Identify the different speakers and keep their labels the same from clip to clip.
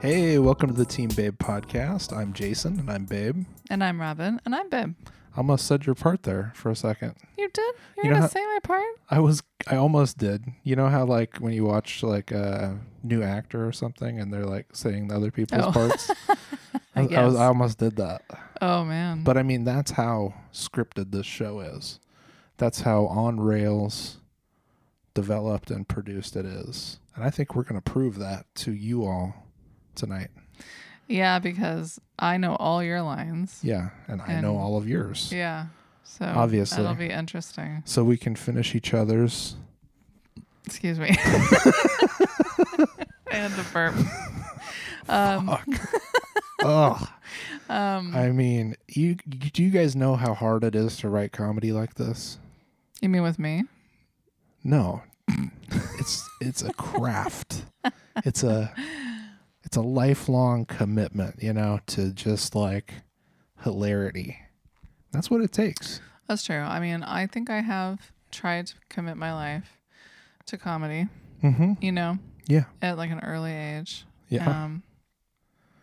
Speaker 1: Hey, welcome to the Team Babe podcast. I'm Jason and I'm Babe.
Speaker 2: And I'm Robin, and I'm Bib.
Speaker 1: I almost said your part there for a second.
Speaker 2: You did? You're
Speaker 1: You know
Speaker 2: gonna
Speaker 1: how-
Speaker 2: say my part?
Speaker 1: I was I almost did. You know how like when you watch like a new actor or something and they're like saying the other people's
Speaker 2: Oh.
Speaker 1: parts? I, was- I, was,
Speaker 2: guess.
Speaker 1: I almost did that.
Speaker 2: Oh man.
Speaker 1: But I mean that's how scripted this show is. That's how on rails developed and produced it is. And I think we're going to prove that to you all tonight.
Speaker 2: yeah, because I know all your lines.
Speaker 1: Yeah, and I know
Speaker 2: And-
Speaker 1: all of yours.
Speaker 2: Yeah. So
Speaker 1: Obviously.
Speaker 2: that'll be interesting.
Speaker 1: so we can finish each other's.
Speaker 2: Excuse me. and the burp. Um,
Speaker 1: Ugh.
Speaker 2: um,
Speaker 1: I mean, you you- do you guys know how hard it is to write comedy like this?
Speaker 2: you mean with me?
Speaker 1: No, it's it's a craft. It's a it's a lifelong commitment, you know, to just like hilarity. That's what it takes.
Speaker 2: That's true. I mean, I think I have tried to commit my life to comedy,
Speaker 1: Mm-hmm.
Speaker 2: you know,
Speaker 1: Yeah,
Speaker 2: at like an early age.
Speaker 1: yeah,
Speaker 2: Um,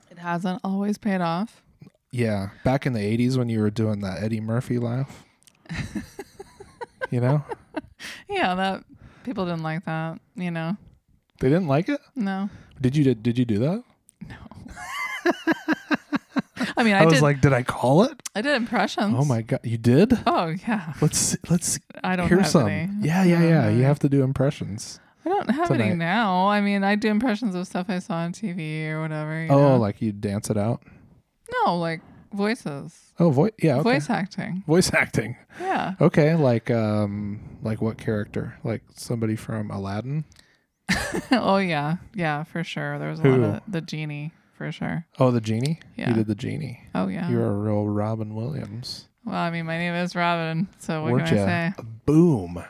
Speaker 2: it hasn't always paid off.
Speaker 1: yeah. Back in the '80s, when you were doing that Eddie Murphy laugh, you know,
Speaker 2: Yeah, that people didn't like that, you know.
Speaker 1: they didn't like it.
Speaker 2: No.
Speaker 1: Did you did you do that?
Speaker 2: I mean, I,
Speaker 1: I, was
Speaker 2: did.
Speaker 1: like, did I call it?
Speaker 2: I did impressions.
Speaker 1: Oh my god, you did?
Speaker 2: Oh yeah.
Speaker 1: Let's see- let's
Speaker 2: I don't
Speaker 1: hear
Speaker 2: have
Speaker 1: some.
Speaker 2: any.
Speaker 1: Yeah, yeah,
Speaker 2: I don't
Speaker 1: yeah.
Speaker 2: know.
Speaker 1: You have to do impressions.
Speaker 2: I don't have any
Speaker 1: tonight.
Speaker 2: now. I mean, I do impressions of stuff I saw on TV or whatever. you
Speaker 1: Oh,
Speaker 2: know?
Speaker 1: like you dance it out.
Speaker 2: no, like voices,
Speaker 1: Oh, voice. Yeah, okay.
Speaker 2: voice acting.
Speaker 1: Voice acting.
Speaker 2: Yeah.
Speaker 1: Okay, like um, like what character? Like somebody from Aladdin.
Speaker 2: oh yeah, yeah, for sure. There was a
Speaker 1: Who?
Speaker 2: lot of the genie for sure.
Speaker 1: Oh, the genie.
Speaker 2: Yeah.
Speaker 1: You did the genie.
Speaker 2: Oh yeah.
Speaker 1: you were a real Robin Williams.
Speaker 2: well, I mean, my name is Robin, so what
Speaker 1: Weren't
Speaker 2: can
Speaker 1: ya?
Speaker 2: I say?
Speaker 1: Boom.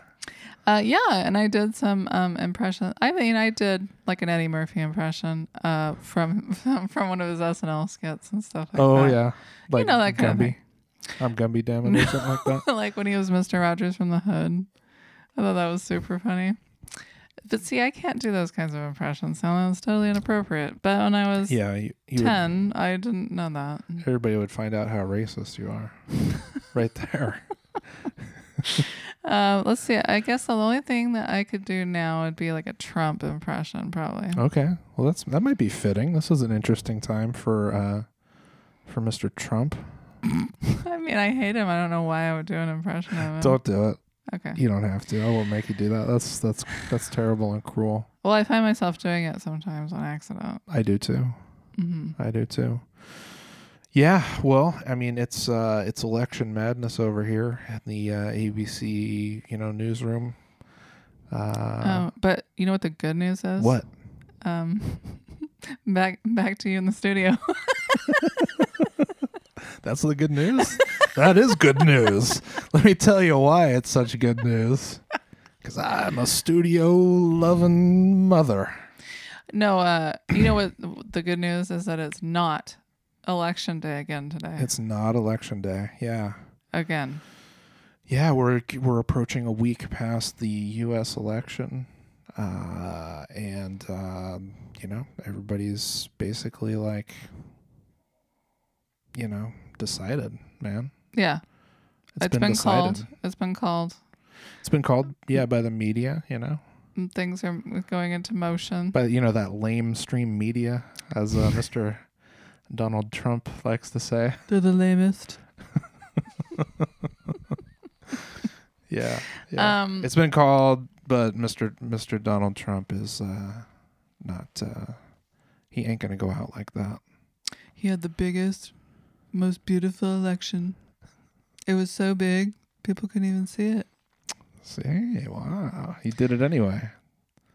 Speaker 2: Uh, yeah, and I did some um, impressions. I mean, I did like an Eddie Murphy impression uh, from from one of his SNL skits and stuff like that.
Speaker 1: oh yeah, like
Speaker 2: know that kind of
Speaker 1: Gumby. I'm Gumby, damn it, or something like that.
Speaker 2: like when he was Mr. Rogers from the Hood. I thought that was super funny. But see, I can't do those kinds of impressions. So that was totally inappropriate. But when I was
Speaker 1: Yeah, you, you would,
Speaker 2: 10, I didn't know that.
Speaker 1: everybody would find out how racist you are, right there.
Speaker 2: Uh, let's see. I guess the only thing that I could do now would be like a Trump impression, probably.
Speaker 1: Okay. Well, that's that might be fitting. This is an interesting time for uh for Mr. Trump.
Speaker 2: I mean, I hate him. I don't know why I would do an impression of him.
Speaker 1: Don't do it.
Speaker 2: okay.
Speaker 1: You don't have to. I won't make you do that. That's that's that's terrible and cruel.
Speaker 2: Well, I find myself doing it sometimes on accident.
Speaker 1: I do too.
Speaker 2: hmm
Speaker 1: I do too. Yeah, well, I mean it's uh it's election madness over here in the uh, ABC, you know, newsroom. Uh
Speaker 2: um, but you know what the good news is?
Speaker 1: what?
Speaker 2: Um, back back to you in the studio.
Speaker 1: That's the good news. that is good news. Let me tell you why it's such good news. Cuz I'm a studio loving mother.
Speaker 2: No, uh, you know what? The good news is that it's not election day again today.
Speaker 1: It's not election day. Yeah.
Speaker 2: again.
Speaker 1: Yeah, we're we're approaching a week past the US election. Uh, and um, you know, everybody's basically like you know, decided, man.
Speaker 2: Yeah,
Speaker 1: It's
Speaker 2: it's been, called. It's been called.
Speaker 1: It's been called yeah by the media, you know.
Speaker 2: And Things are going into motion.
Speaker 1: By you know that lame stream media as uh, Mr. Donald Trump likes to say.
Speaker 2: They're the lamest.
Speaker 1: Yeah. yeah.
Speaker 2: Um,
Speaker 1: It's been called, but Mr. Mr. Donald Trump is uh, not. Uh, he ain't gonna go out like that.
Speaker 2: He had the biggest, most beautiful election. It was so big, people couldn't even see it.
Speaker 1: See, wow, he did it anyway.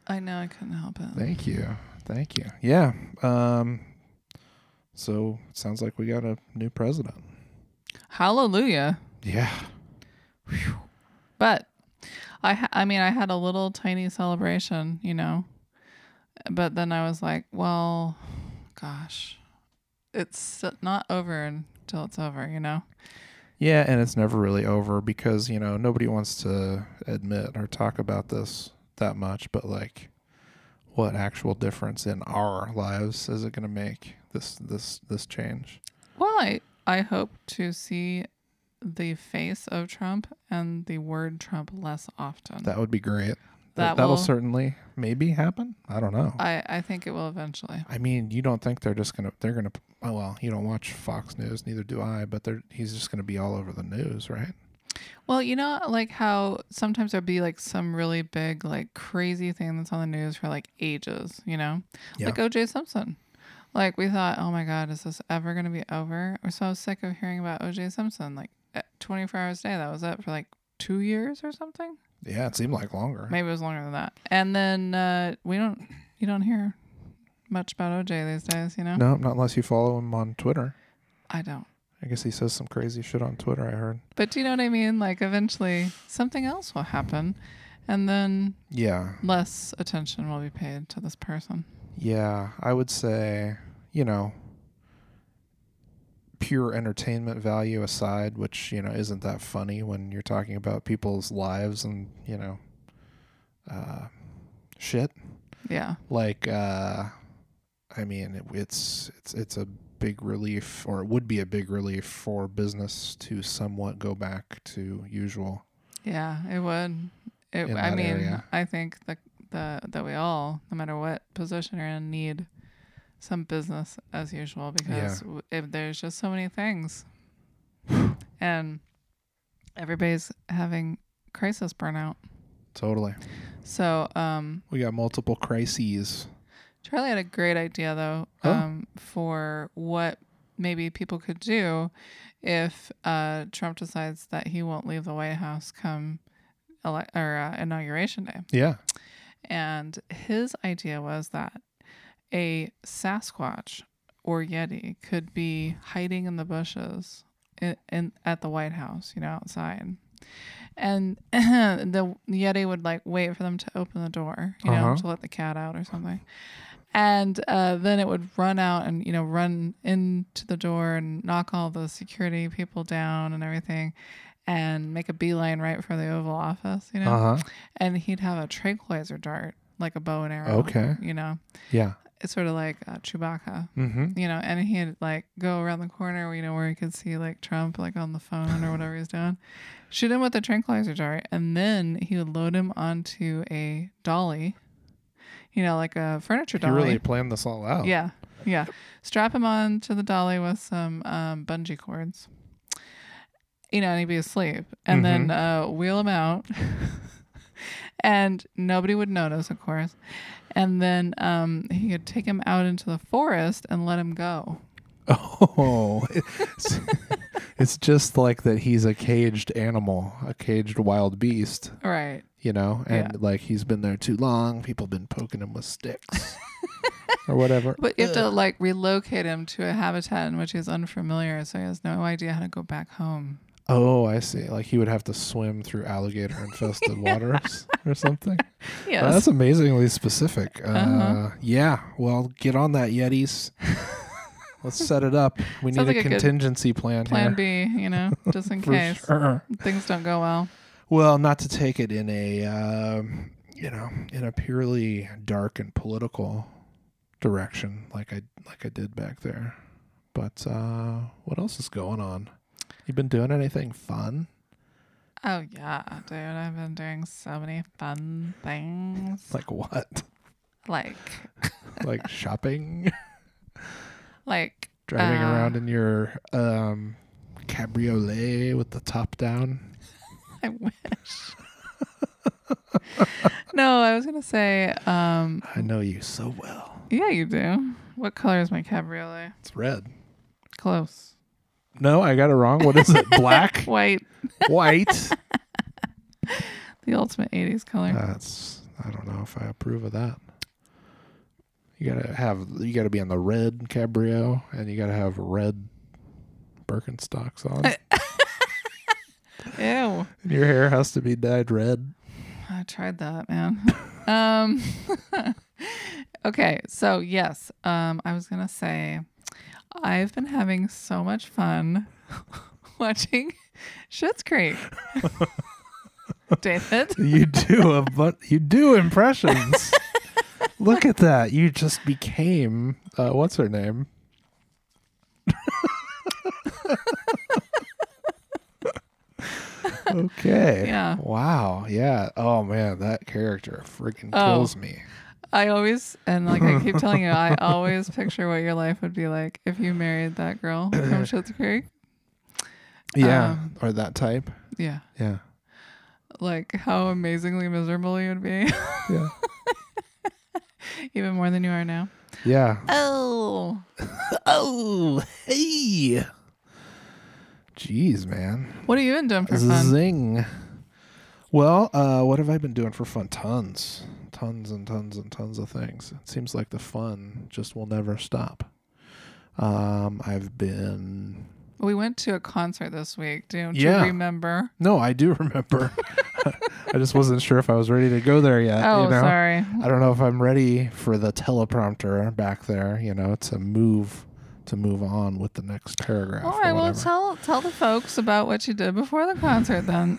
Speaker 2: I know, I couldn't help it.
Speaker 1: Thank you, thank you. Yeah. Um. So it sounds like we got a new president.
Speaker 2: Hallelujah.
Speaker 1: Yeah.
Speaker 2: But I ha- I mean I had a little tiny celebration, you know. But then I was like, well, gosh. It's not over until it's over, you know.
Speaker 1: Yeah, and it's never really over because you know nobody wants to admit or talk about this that much, but like what actual difference in our lives is it going to make this this this change?
Speaker 2: Well, I, I hope to see the face of Trump and the word Trump less often.
Speaker 1: That would be great. That,
Speaker 2: That
Speaker 1: that will Uh,
Speaker 2: will-
Speaker 1: certainly maybe happen. I don't know.
Speaker 2: I, I think it will eventually.
Speaker 1: I mean, you don't think they're just gonna they're gonna oh well, you don't watch Fox News, neither do I, but they're he's just gonna be all over the news, right?
Speaker 2: Well, you know, like how sometimes there'll be like some really big, like crazy thing that's on the news for like ages, you know?
Speaker 1: Yeah.
Speaker 2: Like OJ Simpson. Like we thought, oh my God, is this ever going to be over? We're so sick of hearing about OJ Simpson. Like eh, 24 hours a day, that was it for like two years or something.
Speaker 1: Yeah, it seemed like longer.
Speaker 2: Maybe it was longer than that. And then uh, we don't, you don't hear much about OJ these days, you know?
Speaker 1: No, not unless you follow him on Twitter.
Speaker 2: I don't.
Speaker 1: I guess he says some crazy shit on Twitter, I heard.
Speaker 2: But do you know what I mean? Like eventually something else will happen. And then
Speaker 1: Yeah.
Speaker 2: less attention will be paid to this person.
Speaker 1: Yeah, I would say, you know, pure entertainment value aside, which, you know, isn't that funny when you're talking about people's lives and, you know, uh, shit.
Speaker 2: Yeah.
Speaker 1: Like, uh, I mean, it, it's, it's, it's a big relief, or it would be a big relief for business to somewhat go back to usual.
Speaker 2: Yeah, it would. It,
Speaker 1: In
Speaker 2: I
Speaker 1: that
Speaker 2: mean,
Speaker 1: area.
Speaker 2: I think that the that we all, no matter what position you're in, need some business as usual because w if there's just so many things, and everybody's having crisis burnout.
Speaker 1: Totally.
Speaker 2: So, um,
Speaker 1: We got multiple crises.
Speaker 2: Charlie had a great idea though
Speaker 1: Oh.
Speaker 2: um, for what maybe people could do if uh, Trump decides that he won't leave the White House come ele- or uh, inauguration day.
Speaker 1: Yeah.
Speaker 2: And his idea was that a Sasquatch or Yeti could be hiding in the bushes in, in at the White House, you know, outside. And the Yeti would like wait for them to open the door, you know,
Speaker 1: Uh-huh.
Speaker 2: to let the cat out or something. And uh, then it would run out and, you know, run into the door and knock all the security people down and everything and make a beeline right for the Oval Office, you know?
Speaker 1: Uh huh.
Speaker 2: and he'd have a tranquilizer dart, like a bow and arrow.
Speaker 1: Okay.
Speaker 2: You know,
Speaker 1: Yeah.
Speaker 2: it's sort of like uh, Chewbacca.
Speaker 1: Mm hmm.
Speaker 2: You know, and he'd like go around the corner, you know, where he could see like Trump, like on the phone or whatever he's doing, shoot him with the tranquilizer dart, and then he would load him onto a dolly, you know, like a furniture
Speaker 1: You
Speaker 2: dolly.
Speaker 1: really planned this all out.
Speaker 2: Yeah, yeah. Strap him on to the dolly with some um, bungee cords. You know, and he'd be asleep, and then
Speaker 1: Mm-hmm.
Speaker 2: uh, wheel him out, and nobody would notice, of course. And then um, he could take him out into the forest and let him go.
Speaker 1: Oh, it's, it's just like that he's a caged animal, a caged wild beast,
Speaker 2: Right.
Speaker 1: you know, and
Speaker 2: Yeah.
Speaker 1: like he's been there too long. People been poking him with sticks or whatever.
Speaker 2: But you have to
Speaker 1: Ugh.
Speaker 2: like relocate him to a habitat in which he's unfamiliar, so he has no idea how to go back home.
Speaker 1: oh, I see. Like he would have to swim through alligator infested waters or something. Wow,
Speaker 2: Yes.
Speaker 1: that's amazingly specific. Uh,
Speaker 2: Uh-huh.
Speaker 1: Yeah. Well, get on that, Yetis. Let's set it up. We need
Speaker 2: Sounds
Speaker 1: a
Speaker 2: like a good
Speaker 1: contingency plan,
Speaker 2: Plan
Speaker 1: here.
Speaker 2: B, you know, just in
Speaker 1: For
Speaker 2: case
Speaker 1: sure.
Speaker 2: things don't go well.
Speaker 1: Well, not to take it in a um, you know in a purely dark and political direction, like I like I did back there. But uh, what else is going on? You been doing anything fun?
Speaker 2: Oh yeah, dude! I've been doing so many fun things,
Speaker 1: Like what?
Speaker 2: like
Speaker 1: like shopping,
Speaker 2: like
Speaker 1: driving
Speaker 2: Uh.
Speaker 1: around in your um, cabriolet with the top down.
Speaker 2: I wish. no, I was gonna say, um,
Speaker 1: I know you so well.
Speaker 2: yeah, you do. What color is my cabriolet?
Speaker 1: It's red.
Speaker 2: Close.
Speaker 1: No, I got it wrong. What is it? Black,
Speaker 2: White,
Speaker 1: white.
Speaker 2: the ultimate '80s color.
Speaker 1: That's I don't know if I approve of that. You gotta have you gotta be on the red cabrio and you gotta have red Birkenstocks on.
Speaker 2: Ew!
Speaker 1: and your hair has to be dyed red.
Speaker 2: I tried that, man. um, okay, so yes, um, I was gonna say, I've been having so much fun watching Schitt's Creek. David,
Speaker 1: You do a but you do impressions. Look at that. You just became uh, what's her name? okay.
Speaker 2: Yeah.
Speaker 1: Wow. Yeah. Oh man, that character freaking
Speaker 2: Oh.
Speaker 1: kills me.
Speaker 2: I always and like I keep telling you, I always picture what your life would be like if you married that girl from Schitt's Creek.
Speaker 1: Yeah.
Speaker 2: Um,
Speaker 1: or that type.
Speaker 2: Yeah,
Speaker 1: Yeah.
Speaker 2: like how amazingly miserable you would be,
Speaker 1: Yeah.
Speaker 2: even more than you are now.
Speaker 1: yeah.
Speaker 2: Oh,
Speaker 1: Oh, hey. Jeez, man.
Speaker 2: what have you been doing for fun?
Speaker 1: Zing. Well, uh, what have I been doing for fun? Tons. Tons and tons and tons of things. It seems like the fun just will never stop. Um, I've been.
Speaker 2: We went to a concert this week. Don't
Speaker 1: Yeah.
Speaker 2: you remember?
Speaker 1: No, I do remember. I just wasn't sure if I was ready to go there yet.
Speaker 2: Oh,
Speaker 1: Uh, you know?
Speaker 2: sorry.
Speaker 1: I don't know if I'm ready for the teleprompter back there, you know, to move to move on with the next paragraph.
Speaker 2: All
Speaker 1: or
Speaker 2: right. Well,
Speaker 1: whatever.
Speaker 2: tell tell the folks about what you did before the concert. Then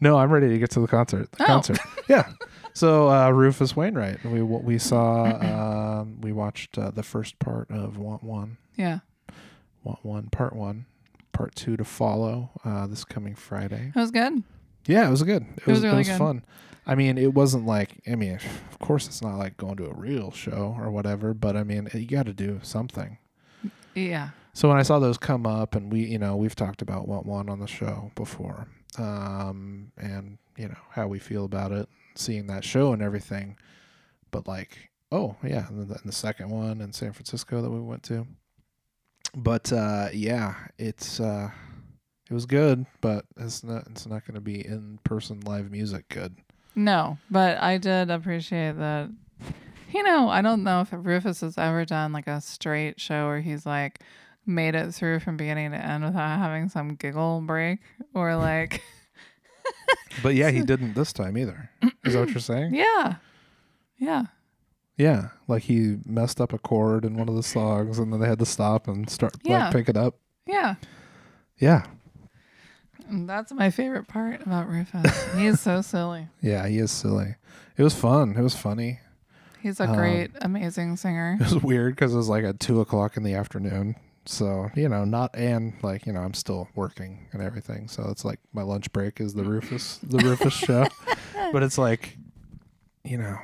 Speaker 1: No, I'm ready to get to the concert. The
Speaker 2: Oh.
Speaker 1: concert. Yeah. So uh, Rufus Wainwright. We what we saw. Um, we watched uh, the first part of Want One.
Speaker 2: yeah,
Speaker 1: Want One Part One. Part two to follow uh, this coming Friday.
Speaker 2: it was good.
Speaker 1: Yeah, it was good. It, was,
Speaker 2: was really
Speaker 1: it was
Speaker 2: good.
Speaker 1: fun. I mean, it wasn't like I mean, of course, it's not like going to a real show or whatever. But I mean, you got to do something.
Speaker 2: Yeah.
Speaker 1: So when I saw those come up, and we, you know, we've talked about Want One on the show before, um, and you know how we feel about it, seeing that show and everything. But like, oh yeah, and the, and the second one in San Francisco that we went to. But uh, yeah, it's uh, it was good, but it's not it's not going to be in person live music good.
Speaker 2: No, but I did appreciate that. You know, I don't know if Rufus has ever done like a straight show where he's like made it through from beginning to end without having some giggle break or like,
Speaker 1: But yeah, he didn't this time either. Is that what you're saying?
Speaker 2: yeah, yeah,
Speaker 1: Yeah, like he messed up a chord in one of the songs, and then they had to stop and start
Speaker 2: Yeah.
Speaker 1: like pick it up.
Speaker 2: yeah.
Speaker 1: Yeah,
Speaker 2: And that's my favorite part about Rufus. he's so silly.
Speaker 1: yeah, he is silly. It was fun. It was funny.
Speaker 2: He's a
Speaker 1: Um,
Speaker 2: great, amazing singer.
Speaker 1: It was weird because it was like at two o'clock in the afternoon. So you know, not and like you know, I'm still working and everything. So it's like my lunch break is the Rufus, the Rufus show. But it's like, you know,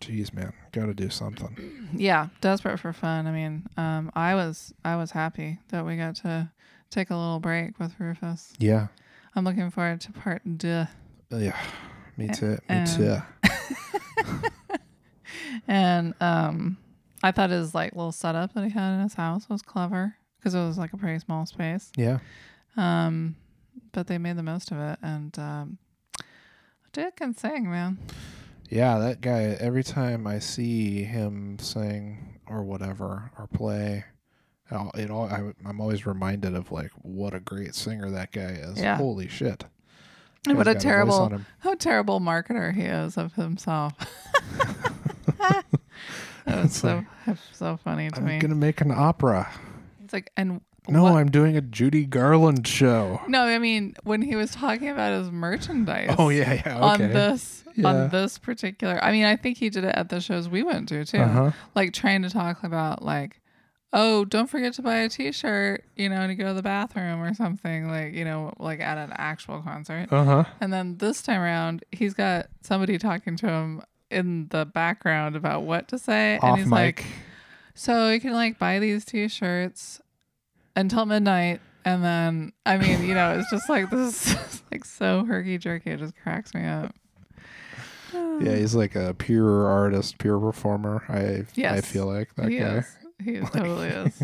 Speaker 1: geez, man, got to do something.
Speaker 2: Yeah, desperate for fun. I mean, um, I was I was happy that we got to take a little break with Rufus.
Speaker 1: Yeah,
Speaker 2: I'm looking forward to part duh.
Speaker 1: yeah, me too, me
Speaker 2: um,
Speaker 1: too.
Speaker 2: And um, I thought his like little setup that he had in his house was clever because it was like a pretty small space.
Speaker 1: Yeah,
Speaker 2: Um, but they made the most of it, and um, dude can sing, man.
Speaker 1: yeah. That guy. Every time I see him sing or whatever or play. I'll- It all, I, I'm always reminded of like what a great singer that guy is.
Speaker 2: Yeah.
Speaker 1: Holy shit!
Speaker 2: And what
Speaker 1: Guy's
Speaker 2: a
Speaker 1: got voice on
Speaker 2: terrible,
Speaker 1: him.
Speaker 2: how terrible marketer he is of himself. that was
Speaker 1: It's
Speaker 2: so so funny to
Speaker 1: I'm
Speaker 2: me.
Speaker 1: gonna make an opera.
Speaker 2: it's like and
Speaker 1: No,
Speaker 2: what-
Speaker 1: I'm doing a Judy Garland show.
Speaker 2: no, I mean when he was talking about his merchandise.
Speaker 1: Oh yeah, yeah,
Speaker 2: on
Speaker 1: okay.
Speaker 2: this
Speaker 1: Yeah.
Speaker 2: on this particular i mean i think he did it at the shows we went to too
Speaker 1: Uh-huh.
Speaker 2: like trying to talk about like oh don't forget to buy a t-shirt you know to go to the bathroom or something like you know like at an actual concert
Speaker 1: uh huh.
Speaker 2: and then this time around he's got somebody talking to him in the background about what to say and
Speaker 1: Off
Speaker 2: he's
Speaker 1: mic.
Speaker 2: like so you can like buy these t-shirts until midnight and then i mean you know it's just like this is like so herky-jerky it just cracks me up
Speaker 1: yeah, he's like a pure artist, pure performer. I I
Speaker 2: Yes.
Speaker 1: feel like that
Speaker 2: he
Speaker 1: guy.
Speaker 2: is he is, totally is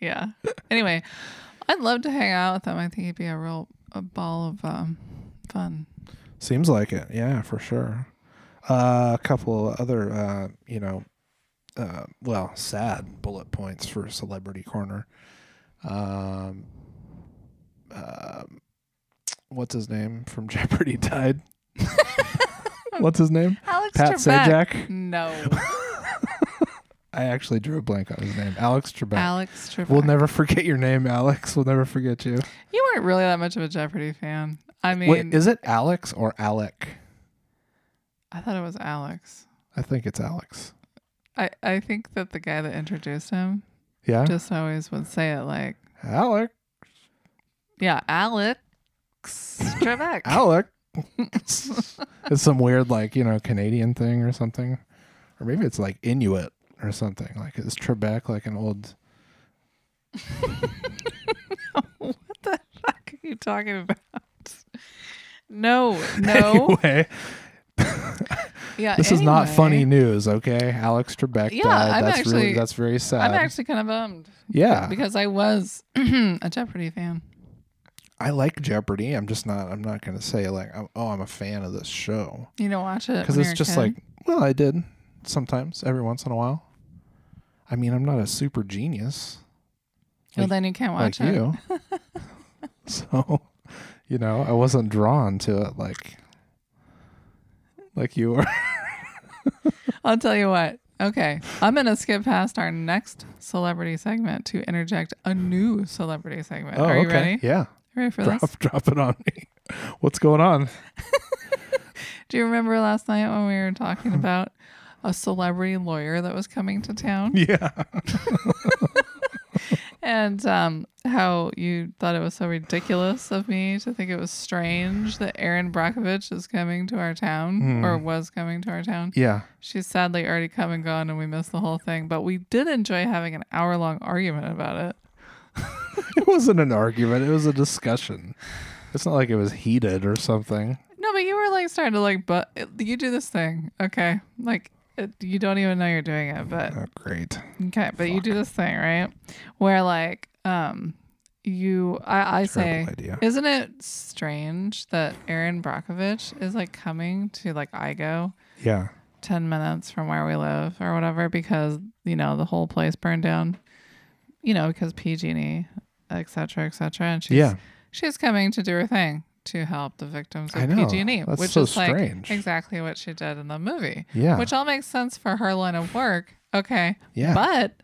Speaker 2: yeah anyway i'd love to hang out with him i think he'd be a real a ball of um, fun
Speaker 1: Seems like it. Yeah, for sure. Uh, a couple other, uh, you know, uh, well, sad bullet points for Celebrity Corner. Um, uh, what's his name from Jeopardy died? what's his name?
Speaker 2: alex
Speaker 1: Pat
Speaker 2: trebek
Speaker 1: Sajak.
Speaker 2: no
Speaker 1: I actually drew a blank on his name. Alex Trebek.
Speaker 2: alex trebek
Speaker 1: We'll never forget your name, Alex. We'll never forget you.
Speaker 2: you weren't really that much of a jeopardy fan i mean
Speaker 1: Wait, is it Alex or Alec?
Speaker 2: i thought it was alex
Speaker 1: I think it's Alex.
Speaker 2: I, I think that the guy that introduced him
Speaker 1: Yeah.
Speaker 2: just always would say it like,
Speaker 1: Alec.
Speaker 2: yeah, Alex Trebek.
Speaker 1: Alec. it's some weird like, you know, Canadian thing or something. Or maybe it's like Inuit or something. Like is Trebek like an old
Speaker 2: what the fuck are you talking about? No, no.
Speaker 1: anyway?
Speaker 2: yeah,
Speaker 1: This is not
Speaker 2: anyway,
Speaker 1: funny news, okay? Alex Trebek
Speaker 2: Yeah,
Speaker 1: died.
Speaker 2: I'm
Speaker 1: that's really
Speaker 2: actually-
Speaker 1: that's very sad.
Speaker 2: I'm actually kind of bummed
Speaker 1: yeah.
Speaker 2: because I was a Jeopardy fan.
Speaker 1: I like Jeopardy. I'm just not I'm not going to say like I'm- oh, I'm a fan of this show.
Speaker 2: You don't watch it
Speaker 1: because
Speaker 2: when
Speaker 1: it's
Speaker 2: you're a
Speaker 1: just
Speaker 2: kid?
Speaker 1: like well i did sometimes every once in a while i mean i'm not a super genius
Speaker 2: well,
Speaker 1: like-
Speaker 2: then you can't watch
Speaker 1: like
Speaker 2: it.
Speaker 1: you so you know i wasn't drawn to it like like you were
Speaker 2: I'll tell you what. Okay, I'm gonna skip past our next celebrity segment to interject a new celebrity segment.
Speaker 1: oh
Speaker 2: Are you
Speaker 1: okay
Speaker 2: ready?
Speaker 1: yeah
Speaker 2: Ready for
Speaker 1: drop,
Speaker 2: this?
Speaker 1: drop it on me what's going on
Speaker 2: Do you remember last night when we were talking about a celebrity lawyer that was coming to town
Speaker 1: yeah
Speaker 2: and um, how you thought it was so ridiculous of me to think it was strange that Erin Brockovich is coming to our town
Speaker 1: Hmm.
Speaker 2: or was coming to our town?
Speaker 1: yeah
Speaker 2: She's sadly already come and gone, and we missed the whole thing. But we did enjoy having an hour long argument about it.
Speaker 1: it wasn't an argument it was a discussion it's not like it was heated or something
Speaker 2: No, but you were like starting to like, but you do this thing, okay? Like it, you don't even know you're doing it, but
Speaker 1: oh great
Speaker 2: okay, but you do this thing, right? Where like, um, you, I, I say,
Speaker 1: terrible idea
Speaker 2: isn't it strange that Aaron Brockovich is like coming to like IGO
Speaker 1: yeah
Speaker 2: 10 minutes from where we live or whatever because you know the whole place burned down you know because pg&e E, et cetera et cetera and she's
Speaker 1: Yeah.
Speaker 2: she's coming to do her thing to help the victims
Speaker 1: I
Speaker 2: of
Speaker 1: know.
Speaker 2: pg&e
Speaker 1: That's
Speaker 2: E, which
Speaker 1: so
Speaker 2: is
Speaker 1: strange.
Speaker 2: like exactly what she did in the movie
Speaker 1: yeah
Speaker 2: which all makes sense for her line of work okay
Speaker 1: yeah
Speaker 2: but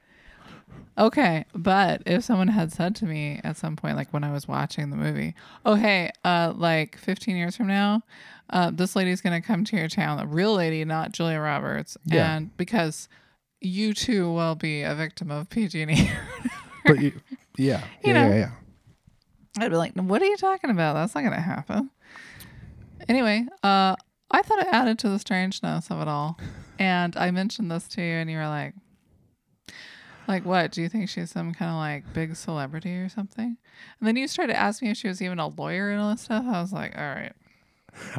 Speaker 2: okay, but if someone had said to me at some point, like when I was watching the movie, oh hey, uh, like 15 years from now, uh, this lady's gonna come to your town, a real lady, not Julia Roberts,
Speaker 1: Yeah.
Speaker 2: and because you too will be a victim of PG&E,
Speaker 1: but you, yeah, yeah,
Speaker 2: You know.
Speaker 1: yeah, yeah.
Speaker 2: I'd be like, what are you talking about? That's not gonna happen. Anyway, uh, I thought it added to the strangeness of it all, and I mentioned this to you, and you were like. Like what? Do you think she's some kind of like big celebrity or something? And then you started asking me if she was even a lawyer and all that stuff. I was like, all right.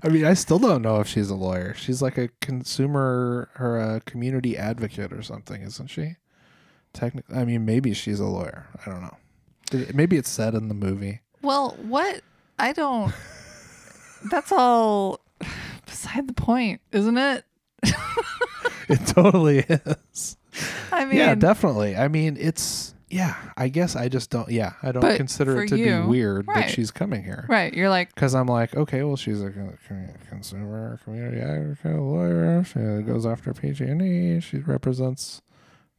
Speaker 1: I mean, I still don't know if she's a lawyer. She's like a consumer or a community advocate or something, isn't she? Technically, I mean, maybe she's a lawyer. I don't know. Did it- Maybe it's said in the movie.
Speaker 2: Well, what? I don't. That's all beside the point, isn't it?
Speaker 1: It totally is.
Speaker 2: I mean,
Speaker 1: yeah, definitely. I mean, it's yeah. I guess I just don't. Yeah, I don't
Speaker 2: But
Speaker 1: consider
Speaker 2: for
Speaker 1: it to
Speaker 2: you,
Speaker 1: be weird
Speaker 2: right.
Speaker 1: that she's coming here.
Speaker 2: right. You're like,
Speaker 1: Because I'm like, okay, well, she's a con- con- consumer community advocate lawyer. She goes after PG&E. She represents,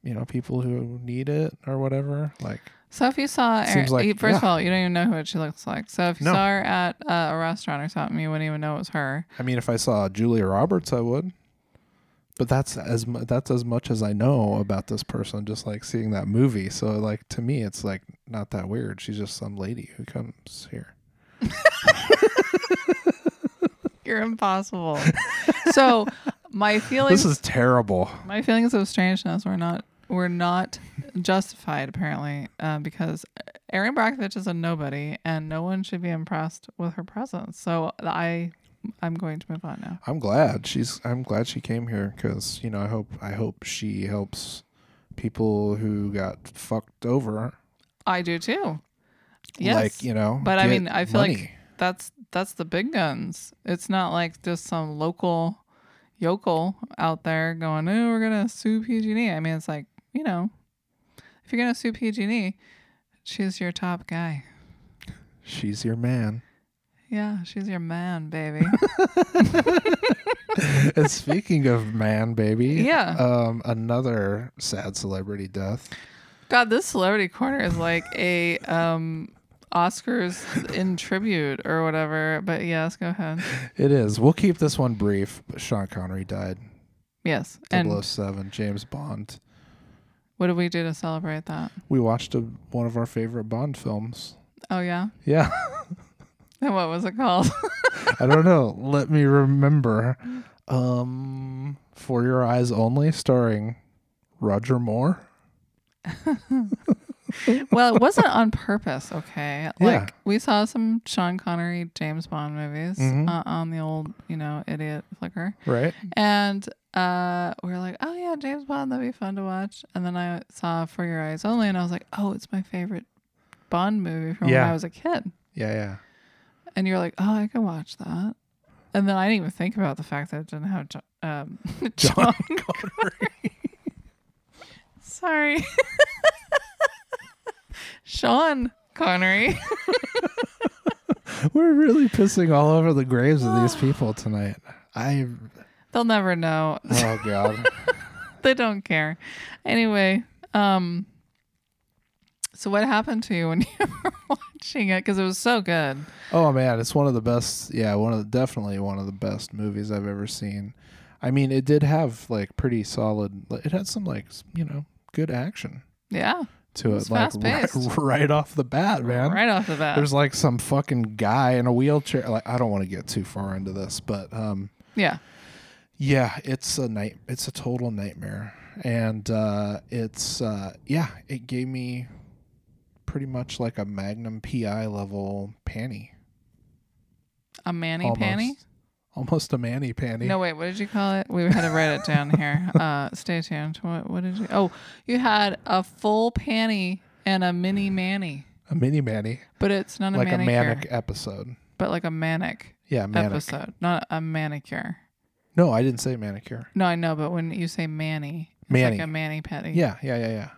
Speaker 1: you know, people who need it or whatever. Like,
Speaker 2: So if you saw her,
Speaker 1: Seems like-
Speaker 2: you- first of
Speaker 1: yeah.
Speaker 2: all, you don't even know who she looks like. So if you
Speaker 1: No.
Speaker 2: saw her at uh, a restaurant or something, you wouldn't even know it was her.
Speaker 1: I mean, if I saw Julia Roberts, I would. But that's as mu- that's as much as I know about this person. Just like seeing that movie, so like to me, it's like not that weird. She's just some lady who comes here.
Speaker 2: You're impossible. so my feelings,
Speaker 1: This is terrible.
Speaker 2: my feelings of strangeness were not were not justified apparently uh, because Erin Brockovich is a nobody and no one should be impressed with her presence. So I I'm going to move on now.
Speaker 1: I'm glad she's. I'm glad she came here because you know I hope I hope she helps people who got fucked over.
Speaker 2: I do too. Yes.
Speaker 1: Like you know.
Speaker 2: But I
Speaker 1: get
Speaker 2: mean, I feel like-
Speaker 1: money.
Speaker 2: that's that's the big guns. It's not like just some local yokel out there going, "Oh, we're gonna sue PG&E." E." I mean, it's like you know, if you're gonna sue PG&E, E, she's your top guy.
Speaker 1: she's your man.
Speaker 2: Yeah, she's your man, baby.
Speaker 1: and speaking of man, baby.
Speaker 2: Yeah.
Speaker 1: Um, another sad celebrity death.
Speaker 2: God, this celebrity corner is like a um Oscars in tribute or whatever. But yes, go ahead.
Speaker 1: It is. We'll keep this one brief. But Sean Connery died.
Speaker 2: Yes. And
Speaker 1: 007, James Bond.
Speaker 2: what did we do to celebrate that?
Speaker 1: We watched a, one of our favorite Bond films.
Speaker 2: Oh yeah.
Speaker 1: Yeah,
Speaker 2: And what was it called?
Speaker 1: I don't know. Let me remember. Um, For Your Eyes Only, starring Roger Moore.
Speaker 2: well, it wasn't on purpose, okay? Like
Speaker 1: Yeah.
Speaker 2: we saw some Sean Connery James Bond movies
Speaker 1: Mm-hmm.
Speaker 2: uh, on the old, you know, idiot flicker.
Speaker 1: Right?
Speaker 2: And uh, we were like, oh yeah, James Bond, that'd be fun to watch. And then I saw For Your Eyes Only, and I was like, oh, it's my favorite Bond movie from when
Speaker 1: Yeah.
Speaker 2: I was a kid.
Speaker 1: Yeah, yeah.
Speaker 2: And you're like, oh, I can watch that. And then I didn't even think about the fact that it didn't have John. Um, John.
Speaker 1: John Connery.
Speaker 2: Sorry. Sean Connery.
Speaker 1: We're really pissing all over the graves of these people tonight. I
Speaker 2: They'll never know.
Speaker 1: oh god.
Speaker 2: they don't care. Anyway, um, so what happened to you when you were watching it? Because it was so good.
Speaker 1: Oh man, it's one of the best. Yeah, one of the, definitely one of the best movies I've ever seen. I mean, it did have like pretty solid. It had some like s- you know good action
Speaker 2: Yeah,
Speaker 1: to it,
Speaker 2: It's
Speaker 1: like right,
Speaker 2: fast-paced.
Speaker 1: right off the bat, man.
Speaker 2: right off the bat.
Speaker 1: There's like some fucking guy in a wheelchair. Like I don't want to get too far into this, but um,
Speaker 2: yeah,
Speaker 1: yeah, it's a night. It's a total nightmare, and uh, it's uh, yeah, it gave me pretty much like a Magnum PI level panty,
Speaker 2: a manny
Speaker 1: almost,
Speaker 2: panty.
Speaker 1: almost a manny panty.
Speaker 2: No, wait. What did you call it? We had to write it down here. Uh, stay tuned. What, what did you? Oh, you had a full panty and a mini manny,
Speaker 1: a mini manny,
Speaker 2: but it's not a
Speaker 1: like
Speaker 2: manicure,
Speaker 1: a manic episode.
Speaker 2: but like a manic,
Speaker 1: Yeah, manic.
Speaker 2: episode, not a manicure.
Speaker 1: No, I didn't say manicure.
Speaker 2: No, I know, but when you say manny, it's
Speaker 1: Manny.
Speaker 2: like a manny petty.
Speaker 1: Yeah, yeah, yeah, yeah.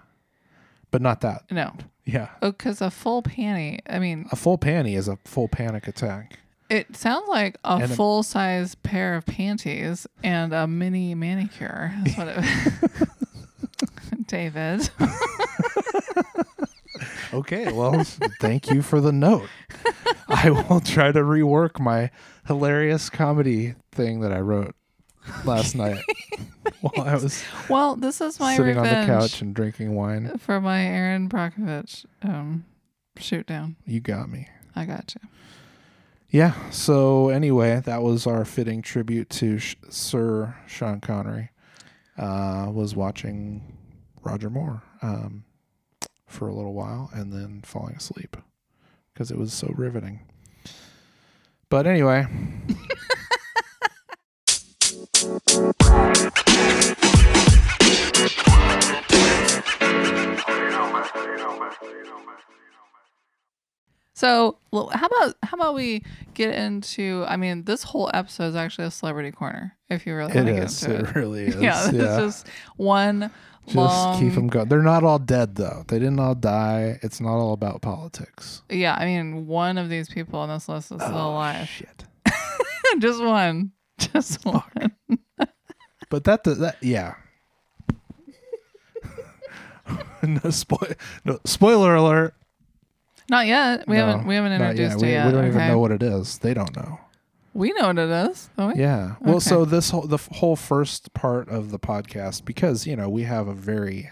Speaker 1: But not that.
Speaker 2: No,
Speaker 1: Yeah,
Speaker 2: Oh, because a full panty. I mean,
Speaker 1: a full panty is a full panic attack.
Speaker 2: it sounds like a
Speaker 1: And a-
Speaker 2: full size pair of panties and a mini manicure. That's what it. David,
Speaker 1: Okay, well, thank you for the note. I will try to rework my hilarious comedy thing that I wrote last night while I was
Speaker 2: well, this is my
Speaker 1: sitting on
Speaker 2: revenge
Speaker 1: the couch and drinking wine.
Speaker 2: for my Aaron Brockovich um, shoot down.
Speaker 1: You got me.
Speaker 2: I got you.
Speaker 1: Yeah, so anyway, that was our fitting tribute to Sh- Sir Sean Connery. Uh, was watching Roger Moore um, for a little while and then falling asleep because it was so riveting. But anyway,
Speaker 2: So, well, how about how about we get into? I mean, this whole episode is actually a celebrity corner. If you really want
Speaker 1: It
Speaker 2: to get
Speaker 1: is.
Speaker 2: into it,
Speaker 1: It, really is.
Speaker 2: yeah,
Speaker 1: Yeah.
Speaker 2: this is just one
Speaker 1: just
Speaker 2: long
Speaker 1: keep them going. They're not all dead though. They didn't all die. It's not all about politics.
Speaker 2: Yeah, I mean, one of these people on this list is still alive.
Speaker 1: Oh, shit.
Speaker 2: Just one. Just one.
Speaker 1: But that does that yeah. no spoil no spoiler alert.
Speaker 2: Not yet. We
Speaker 1: No,
Speaker 2: haven't we haven't
Speaker 1: not
Speaker 2: introduced
Speaker 1: We,
Speaker 2: it yet.
Speaker 1: we don't
Speaker 2: okay?
Speaker 1: even know what it is. They don't know.
Speaker 2: we know what it is, don't we?
Speaker 1: Yeah. Well,
Speaker 2: Okay.
Speaker 1: so this whole the f- whole first part of the podcast because you know we have a very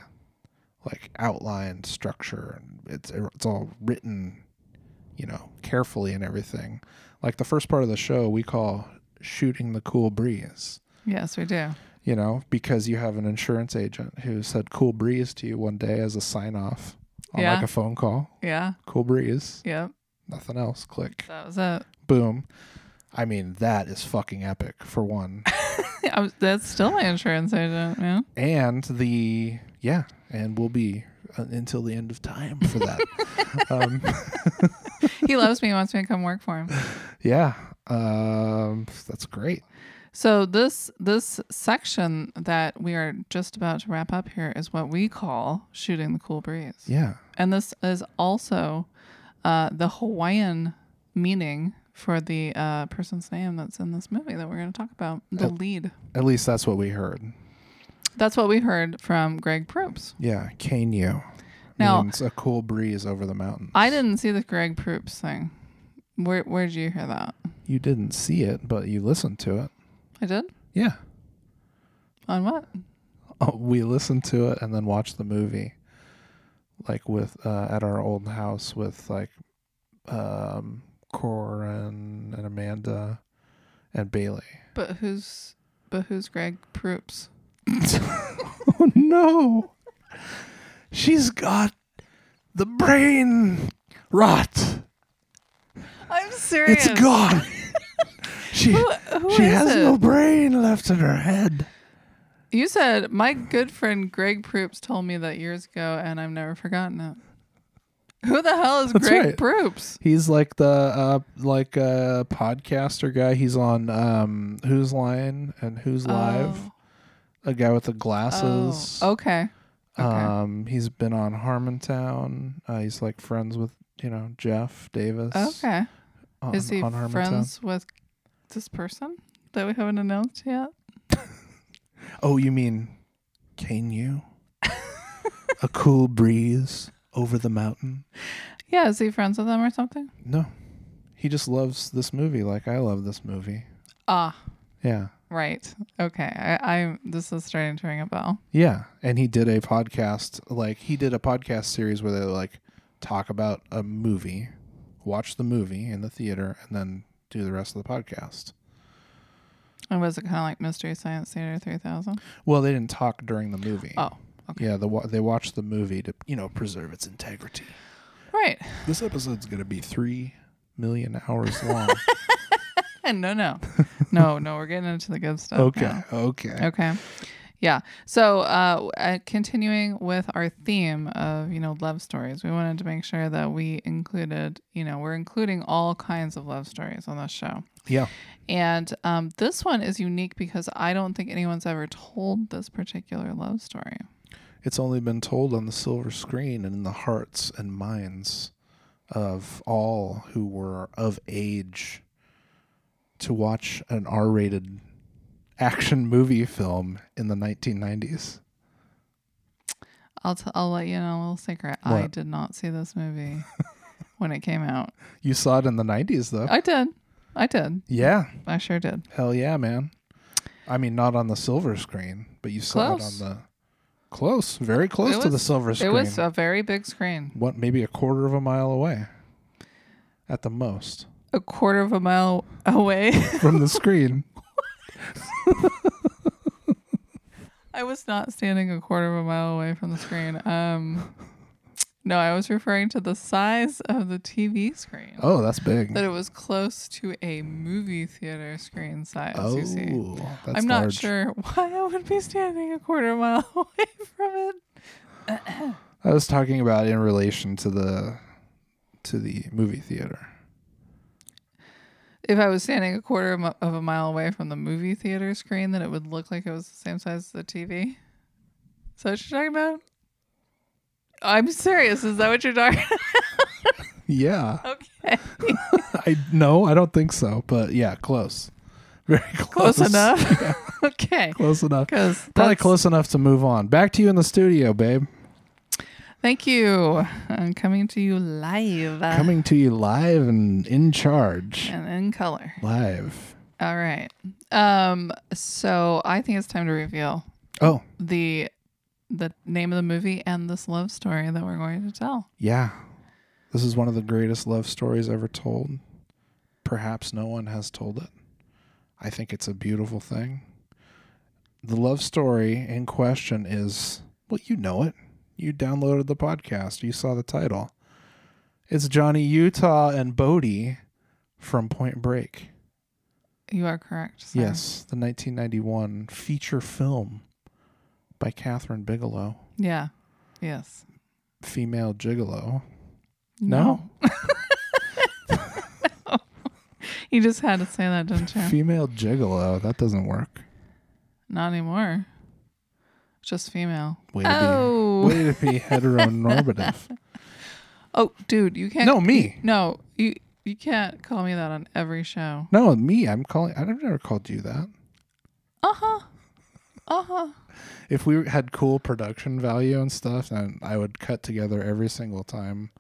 Speaker 1: like outlined structure and it's er, it's all written, you know, carefully and everything. Like the first part of the show we call shooting the cool breeze.
Speaker 2: Yes, we do.
Speaker 1: You know, because you have an insurance agent who said cool breeze to you one day as a sign off on
Speaker 2: Yeah.
Speaker 1: like a phone call.
Speaker 2: Yeah.
Speaker 1: Cool breeze,
Speaker 2: Yep.
Speaker 1: nothing else. Click,
Speaker 2: That was it.
Speaker 1: boom. I mean, that is fucking epic for one.
Speaker 2: I was, that's still my insurance agent, man.
Speaker 1: and the yeah and we'll be uh, until the end of time for that um,
Speaker 2: He loves me, He wants me to come work for him.
Speaker 1: yeah um, that's great
Speaker 2: So this this section that we are just about to wrap up here is what we call shooting the cool breeze.
Speaker 1: yeah
Speaker 2: And this is also uh, the Hawaiian meaning for the uh, person's name that's in this movie that we're going to talk about, the
Speaker 1: Oh.
Speaker 2: lead.
Speaker 1: at least that's what we heard
Speaker 2: That's what we heard from Greg Proops.
Speaker 1: yeah Kanyu
Speaker 2: Now-
Speaker 1: means a cool breeze over the mountain
Speaker 2: I didn't see the Greg Proops thing. Where where did you hear that?
Speaker 1: you didn't see it but you listened to it
Speaker 2: I did.
Speaker 1: yeah
Speaker 2: On what?
Speaker 1: Oh, we listened to it and then watched the movie, like with uh, at our old house with like um, Corin and Amanda and Bailey.
Speaker 2: But who's but who's Greg Proops?
Speaker 1: oh no, she's got the brain rot.
Speaker 2: I'm serious.
Speaker 1: It's gone. she
Speaker 2: Who, who
Speaker 1: she
Speaker 2: is
Speaker 1: has
Speaker 2: it?
Speaker 1: no brain left in her head.
Speaker 2: You said my good friend Greg Proops told me that years ago, and I've never forgotten it. Who the hell is
Speaker 1: That's
Speaker 2: Greg
Speaker 1: right.
Speaker 2: Proops?
Speaker 1: He's like the uh like a podcaster guy. He's on um Who's Lying and Who's Live. A guy with the
Speaker 2: Oh,
Speaker 1: glasses.
Speaker 2: oh, okay. okay.
Speaker 1: Um he's been on Harmontown. Uh, he's like friends with, you know, Jeff Davis.
Speaker 2: Okay.
Speaker 1: On,
Speaker 2: Is he
Speaker 1: on Harmontown.
Speaker 2: friends with this person that we haven't announced yet?
Speaker 1: Oh, you mean can you? a cool breeze over the mountain?
Speaker 2: Yeah, is he friends with them or something?
Speaker 1: No. He just loves this movie like I love this movie.
Speaker 2: Ah,
Speaker 1: Yeah.
Speaker 2: right. Okay. I, I this is starting to ring a bell.
Speaker 1: Yeah, and he did a podcast like he did a podcast series where they like talk about a movie, watch the movie in the theater, and then do the rest of the podcast.
Speaker 2: And was it kind of like Mystery Science Theater 3000?
Speaker 1: Well, they didn't talk during the movie.
Speaker 2: Oh, okay.
Speaker 1: Yeah, the wa- they watched the movie to you know preserve its integrity.
Speaker 2: Right.
Speaker 1: This episode's gonna be three million hours long.
Speaker 2: And no, no. no, no, we're getting into the good stuff.
Speaker 1: okay,
Speaker 2: now.
Speaker 1: okay.
Speaker 2: Okay. Yeah. So, uh, w- uh, continuing with our theme of, you know, love stories, we wanted to make sure that we included, you know, we're including all kinds of love stories on this show.
Speaker 1: Yeah,
Speaker 2: And um, this one is unique because I don't think anyone's ever told this particular love story.
Speaker 1: it's only been told on the silver screen and in the hearts and minds of all who were of age to watch an R-rated action movie film in the 1990s.
Speaker 2: I'll, t- I'll let you know a little secret. I
Speaker 1: What?
Speaker 2: did not see this movie when it came out.
Speaker 1: You saw it in the 90s though.
Speaker 2: I did. I did.
Speaker 1: yeah,
Speaker 2: I sure did.
Speaker 1: hell yeah, man. I mean, not on the silver screen, but you saw
Speaker 2: Close.
Speaker 1: it on the close, very close to the
Speaker 2: was-
Speaker 1: silver screen.
Speaker 2: It was a very big screen,
Speaker 1: what maybe a quarter of a mile away at the most
Speaker 2: a quarter of a mile away.
Speaker 1: from the screen.
Speaker 2: I was not standing a quarter of a mile away from the screen. Um, no, I was referring to the size of the TV screen.
Speaker 1: Oh, that's big.
Speaker 2: That it was close to a movie theater screen size. you see.
Speaker 1: Oh, that's
Speaker 2: I'm not
Speaker 1: large.
Speaker 2: sure why I would be standing a quarter mile away from it.
Speaker 1: I was talking about in relation to the to the movie theater.
Speaker 2: If I was standing a quarter mi- of a mile away from the movie theater screen, then it would look like it was the same size as the TV. Is that what you're talking about? I'm serious. Is that what you're talking
Speaker 1: Yeah,
Speaker 2: Okay.
Speaker 1: I no, I don't think so, but yeah, close, very close,
Speaker 2: Close enough.
Speaker 1: Yeah,
Speaker 2: okay.
Speaker 1: close enough.
Speaker 2: Because
Speaker 1: Probably close enough to move on. Back to you in the studio, babe.
Speaker 2: Thank you. I'm coming to you live uh,
Speaker 1: Coming to you live and in charge,
Speaker 2: and in color.
Speaker 1: live.
Speaker 2: All right. Um. So I think it's time to reveal
Speaker 1: Oh
Speaker 2: the the name of the movie and this love story that we're going to tell.
Speaker 1: yeah, this is one of the greatest love stories ever told. Perhaps no one has told it. I think it's a beautiful thing. The love story in question is well, you know it. You downloaded the podcast, you saw the title. It's Johnny Utah and Bodie from Point Break.
Speaker 2: You are correct. sir.
Speaker 1: Yes, the 1991 feature film by Catherine Bigelow,
Speaker 2: Yeah. Yes.
Speaker 1: female gigolo.
Speaker 2: You just had to say that, didn't you?
Speaker 1: Female gigolo, that doesn't work.
Speaker 2: Not anymore. Just female.
Speaker 1: Way to be,
Speaker 2: Oh.
Speaker 1: way to be heteronormative.
Speaker 2: Oh, dude, you can't.
Speaker 1: no, me.
Speaker 2: No, you you can't call me that on every show.
Speaker 1: No, me. I'm calling. I've never called you that.
Speaker 2: Uh huh. Uh huh.
Speaker 1: If we had cool production value and stuff, then I would cut together every single time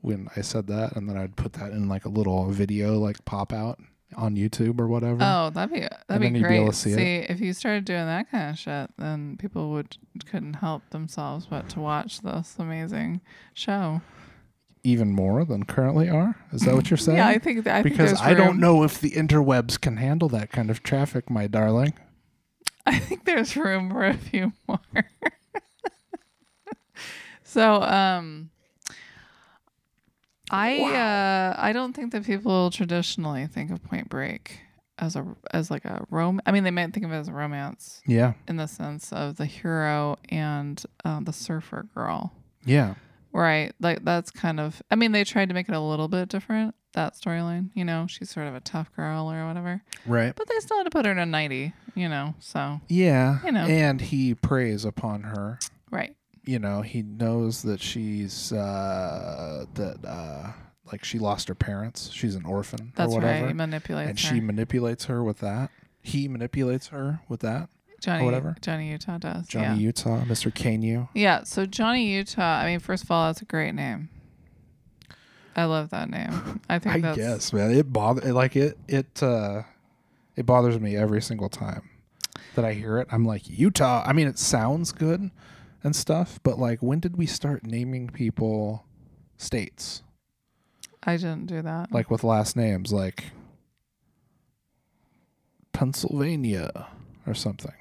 Speaker 1: when I said that, and then I'd put that in like a little video, like pop out on YouTube or whatever.
Speaker 2: Oh, that'd be
Speaker 1: And
Speaker 2: that'd
Speaker 1: then
Speaker 2: be
Speaker 1: you'd be
Speaker 2: great.
Speaker 1: able to see
Speaker 2: see,
Speaker 1: it.
Speaker 2: if you started doing that kind of shit, then people would couldn't help themselves but to watch this amazing show.
Speaker 1: Even more than currently are. Is that what you're saying?
Speaker 2: Yeah, I think that I
Speaker 1: because
Speaker 2: think
Speaker 1: I
Speaker 2: there's
Speaker 1: don't
Speaker 2: room-
Speaker 1: know if the interwebs can handle that kind of traffic, my darling.
Speaker 2: I think there's room for a few more. so, um, I uh, I don't think that people traditionally think of Point Break as a as like a rom. I mean, they might think of it as a romance
Speaker 1: Yeah.
Speaker 2: in the sense of the hero and uh, the surfer girl,
Speaker 1: Yeah.
Speaker 2: right? Like that's kind of. I mean, they tried to make it a little bit different that storyline. You know, she's sort of a tough girl or whatever,
Speaker 1: Right.
Speaker 2: but they still had to put her in a ninety. You know, so
Speaker 1: Yeah.
Speaker 2: You know.
Speaker 1: And he preys upon her.
Speaker 2: right.
Speaker 1: You know, he knows that she's uh that uh like she lost her parents. She's an orphan
Speaker 2: That's
Speaker 1: or whatever.
Speaker 2: right. He manipulates
Speaker 1: and
Speaker 2: her.
Speaker 1: she manipulates her with that. He manipulates her with that.
Speaker 2: Johnny,
Speaker 1: or whatever.
Speaker 2: Johnny Utah does.
Speaker 1: Johnny
Speaker 2: yeah.
Speaker 1: Utah, Mr. Kanyu.
Speaker 2: yeah. So Johnny Utah. I mean, first of all, that's a great name. I love that name. I think
Speaker 1: I
Speaker 2: that's
Speaker 1: guess, man. It bother like it it uh it bothers me every single time that I hear it. I'm like, Utah. I mean it sounds good and stuff, but like when did we start naming people states?
Speaker 2: I didn't do that.
Speaker 1: Like with last names, like Pennsylvania or something.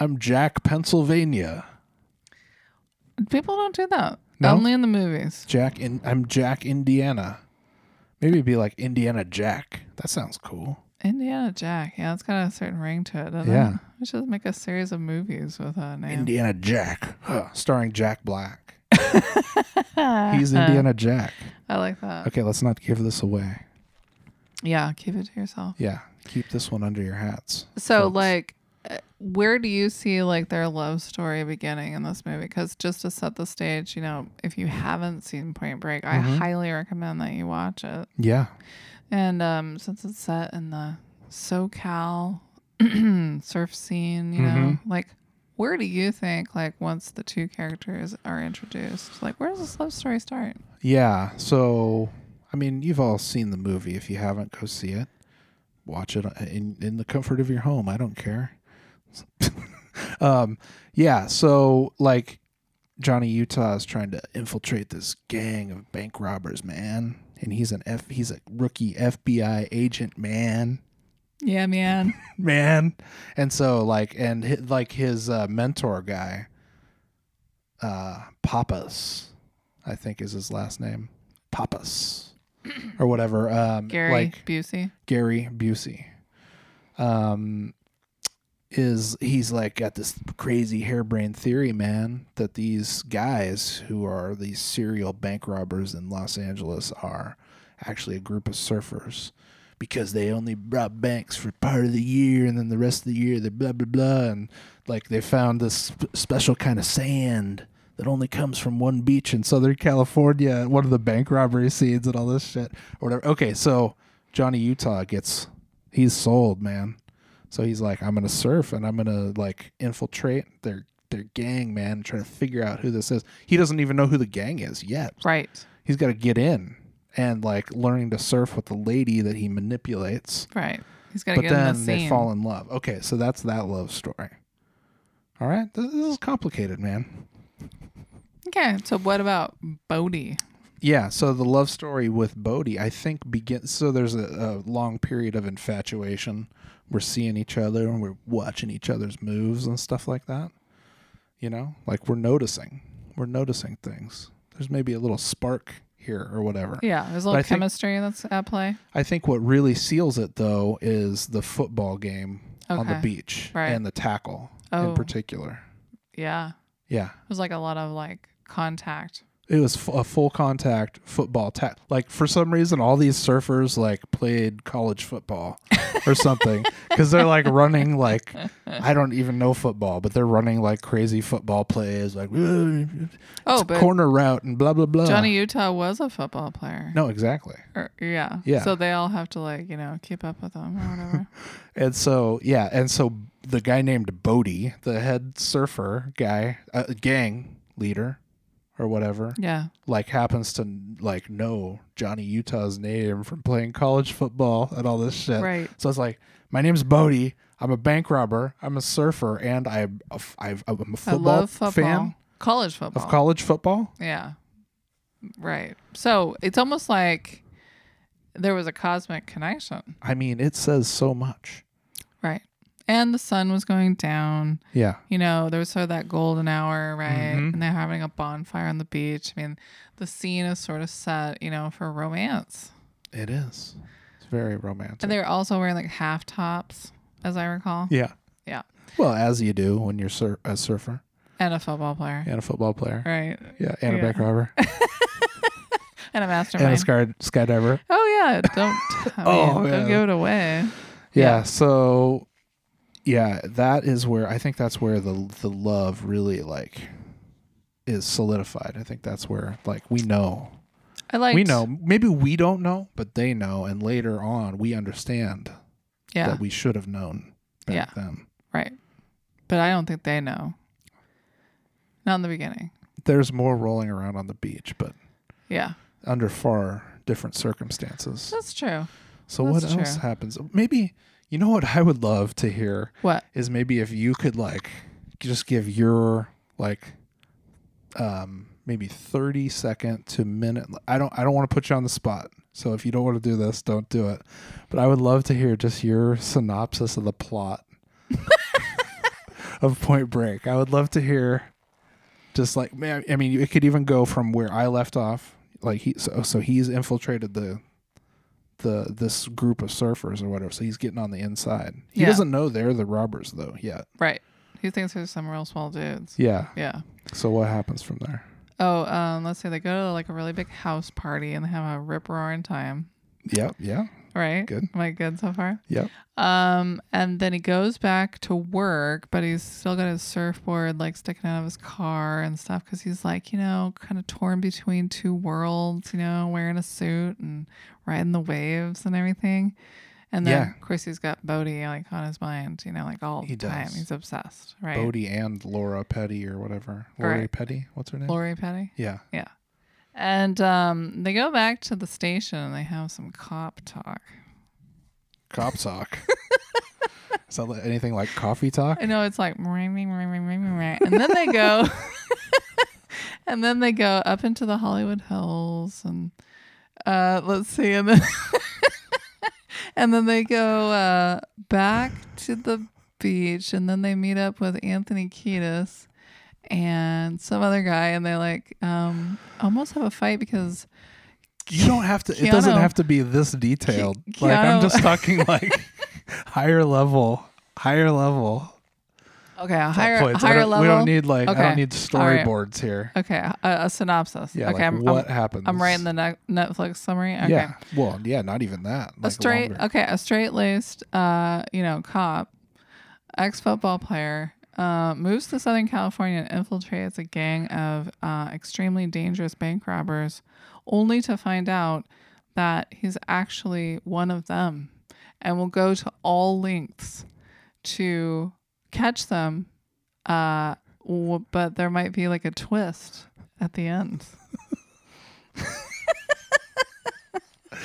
Speaker 1: I'm Jack Pennsylvania.
Speaker 2: People don't do that.
Speaker 1: No?
Speaker 2: Only in the movies.
Speaker 1: Jack in I'm Jack Indiana. Maybe it'd be like Indiana Jack. That sounds cool.
Speaker 2: Indiana Jack. Yeah, it's got a certain ring to it, doesn't
Speaker 1: Yeah.
Speaker 2: it? We should make a series of movies with that name.
Speaker 1: Indiana Jack, huh, starring Jack Black. He's Indiana Jack.
Speaker 2: I like that.
Speaker 1: Okay, let's not give this away.
Speaker 2: Yeah, keep it to yourself.
Speaker 1: Yeah, keep this one under your hats.
Speaker 2: So,
Speaker 1: folks.
Speaker 2: like, uh, where do you see like their love story beginning in this movie? Because just to set the stage, you know, if you haven't seen Point Break, I
Speaker 1: Mhm.
Speaker 2: highly recommend that you watch it.
Speaker 1: Yeah,
Speaker 2: And um, since it's set in the SoCal surf scene, you know,
Speaker 1: Mm-hmm.
Speaker 2: like, where do you think like once the two characters are introduced, like, where does this love story start?
Speaker 1: yeah. So, I mean, you've all seen the movie. If you haven't, go see it. Watch it uh, in in the comfort of your home. I don't care. um, yeah. So, like, Johnny Utah is trying to infiltrate this gang of bank robbers, man. And he's an F. He's a rookie FBI agent, man.
Speaker 2: Yeah, man.
Speaker 1: man. And so like and hi like his uh, mentor guy, uh, Pappas, I think is his last name, Pappas, or whatever. Um,
Speaker 2: Gary
Speaker 1: like
Speaker 2: Busey.
Speaker 1: Gary Busey. Um, is he's like got this crazy harebrained theory, man, that these guys who are these serial bank robbers in Los Angeles are actually a group of surfers because they only rob banks for part of the year and then the rest of the year they're blah blah blah and like they found this sp- special kind of sand that only comes from one beach in Southern California, one of the bank robbery scenes and all this shit or whatever. Okay, so Johnny Utah gets he's sold, man. So he's like, I'm gonna surf and I'm gonna like infiltrate their their gang, man, and try to figure out who this is. He doesn't even know who the gang is yet.
Speaker 2: Right.
Speaker 1: He's got to get in and like learning to surf with the lady that he manipulates.
Speaker 2: Right. He's gonna
Speaker 1: But
Speaker 2: get in the
Speaker 1: then
Speaker 2: scene.
Speaker 1: they fall in love. Okay, so that's that love story. All right, this, this is complicated, man.
Speaker 2: Okay. So what about Bodie?
Speaker 1: Yeah, so the love story with Bodhi, I think, begins. So there's a, a long period of infatuation. We're seeing each other and we're watching each other's moves and stuff like that. You know, like we're noticing, we're noticing things. There's maybe a little spark here or whatever.
Speaker 2: Yeah, there's a
Speaker 1: But I
Speaker 2: little
Speaker 1: think-
Speaker 2: chemistry that's at play.
Speaker 1: I think what really seals it though is the football game on the
Speaker 2: Okay.
Speaker 1: beach
Speaker 2: Right.
Speaker 1: and the tackle in
Speaker 2: Oh.
Speaker 1: particular.
Speaker 2: Yeah,
Speaker 1: Yeah.
Speaker 2: it was like a lot of like contact.
Speaker 1: It was f- a full contact football tackle. Like for some reason, all these surfers like played college football or something because they're like running like I don't even know football, but they're running like crazy football plays like
Speaker 2: Oh, but
Speaker 1: corner route and blah blah blah.
Speaker 2: Johnny Utah was a football player.
Speaker 1: no, exactly.
Speaker 2: Or- yeah.
Speaker 1: Yeah.
Speaker 2: So they all have to like you know keep up with them or whatever.
Speaker 1: And so, yeah, and so the guy named Bodie, the head surfer guy, uh, gang leader or whatever
Speaker 2: Yeah.
Speaker 1: like happens to like know Johnny Utah's name from playing college football and all this shit.
Speaker 2: Right.
Speaker 1: So it's like, my name's Bodie. I'm a bank robber. I'm a surfer, and I I've, I'm a football,
Speaker 2: I love football.
Speaker 1: fan
Speaker 2: College football.
Speaker 1: of college football.
Speaker 2: Yeah. Right. So it's almost like there was a cosmic connection.
Speaker 1: I mean, it says so much.
Speaker 2: Right. And the sun was going down.
Speaker 1: Yeah,
Speaker 2: You know, there was sort of that golden hour, right?
Speaker 1: Mhm.
Speaker 2: And they're having a bonfire on the beach. I mean, the scene is sort of set, you know, for romance.
Speaker 1: it is. It's very romantic.
Speaker 2: And they're also wearing like half tops, as I recall,
Speaker 1: yeah.
Speaker 2: Yeah.
Speaker 1: Well, as you do when you're sur- a surfer
Speaker 2: and a football player.
Speaker 1: and a football player.
Speaker 2: Right.
Speaker 1: Yeah, and a
Speaker 2: Yeah.
Speaker 1: bank robber
Speaker 2: And
Speaker 1: and
Speaker 2: a
Speaker 1: a
Speaker 2: mastermind.
Speaker 1: sky skydiver.
Speaker 2: oh, yeah. Don't, I
Speaker 1: Oh,
Speaker 2: mean, don't
Speaker 1: yeah.
Speaker 2: give it away.
Speaker 1: yeah,
Speaker 2: Yeah.
Speaker 1: so yeah that is where i think that's where the the love really like is solidified i think that's where like we know
Speaker 2: I like.
Speaker 1: we know maybe we don't know but they know and later on we understand
Speaker 2: Yeah.
Speaker 1: that we should have known back
Speaker 2: Yeah.
Speaker 1: then
Speaker 2: Right. But I don't think they know. Not in the beginning.
Speaker 1: there's more rolling around on the beach but
Speaker 2: Yeah.
Speaker 1: under far different circumstances
Speaker 2: That's true.
Speaker 1: so
Speaker 2: that's
Speaker 1: what else
Speaker 2: true.
Speaker 1: happens maybe you know what i would love to hear
Speaker 2: What?
Speaker 1: is maybe if you could like just give your like um maybe 30 second to minute I don't I don't want to put you on the spot. So if you don't want to do this, don't do it. But I would love to hear just your synopsis of the plot of Point Break. I would love to hear just like man I mean it could even go from where I left off like he so, so he's infiltrated the the this group of surfers or whatever. So he's getting on the inside. He
Speaker 2: Yeah.
Speaker 1: doesn't know they're the robbers though yet.
Speaker 2: Right. He thinks there's some real small dudes.
Speaker 1: Yeah.
Speaker 2: Yeah.
Speaker 1: So what happens from there?
Speaker 2: Oh, um, let's say they go to like a really big house party and they have a rip roaring time.
Speaker 1: Yep. Yeah.
Speaker 2: Right?
Speaker 1: Good.
Speaker 2: Am I good so far?
Speaker 1: Yep.
Speaker 2: Um, and then he goes back to work, but he's still got his surfboard like sticking out of his car and stuff because he's like, you know, kind of torn between two worlds, you know, wearing a suit and riding the waves and everything. And then,
Speaker 1: Yeah.
Speaker 2: of course, he's got Bodhi like on his mind, you know, like all
Speaker 1: He
Speaker 2: the time.
Speaker 1: does.
Speaker 2: He's obsessed, right?
Speaker 1: Bodie and Laura Petty or whatever. Laura
Speaker 2: Right.
Speaker 1: Petty. What's her name?
Speaker 2: Lori Petty.
Speaker 1: Yeah.
Speaker 2: And um, they go back to the station and they have some cop talk.
Speaker 1: Cop sock. Is that li- anything like coffee talk?
Speaker 2: I know it's like and then they go and then they go up into the Hollywood Hills and uh let's see and then and then they go uh back to the beach and then they meet up with Anthony Kiedis and some other guy and they like um almost have a fight because
Speaker 1: You don't have to. It doesn't
Speaker 2: Keanu-
Speaker 1: have to be this detailed.
Speaker 2: Ke-
Speaker 1: like I'm
Speaker 2: Keanu-
Speaker 1: just talking like higher level, higher level
Speaker 2: okay a
Speaker 1: plot
Speaker 2: higher
Speaker 1: points. I
Speaker 2: higher
Speaker 1: don't-
Speaker 2: level
Speaker 1: We don't need like I
Speaker 2: Okay.
Speaker 1: don't need
Speaker 2: All right.
Speaker 1: storyboards here.
Speaker 2: okay a, a synopsis
Speaker 1: Yeah.
Speaker 2: okay
Speaker 1: like
Speaker 2: I'm,
Speaker 1: what
Speaker 2: I'm,
Speaker 1: happens?
Speaker 2: I'm writing the ne- Netflix summary okay
Speaker 1: Yeah. Well, yeah. Not even that.
Speaker 2: a
Speaker 1: like
Speaker 2: straight
Speaker 1: longer.
Speaker 2: okay a straight laced uh you know cop ex football player uh, moves to Southern California and infiltrates a gang of uh, extremely dangerous bank robbers, only to find out that he's actually one of them and will go to all lengths to catch them. Uh, w- but there might be like a twist at the end. How was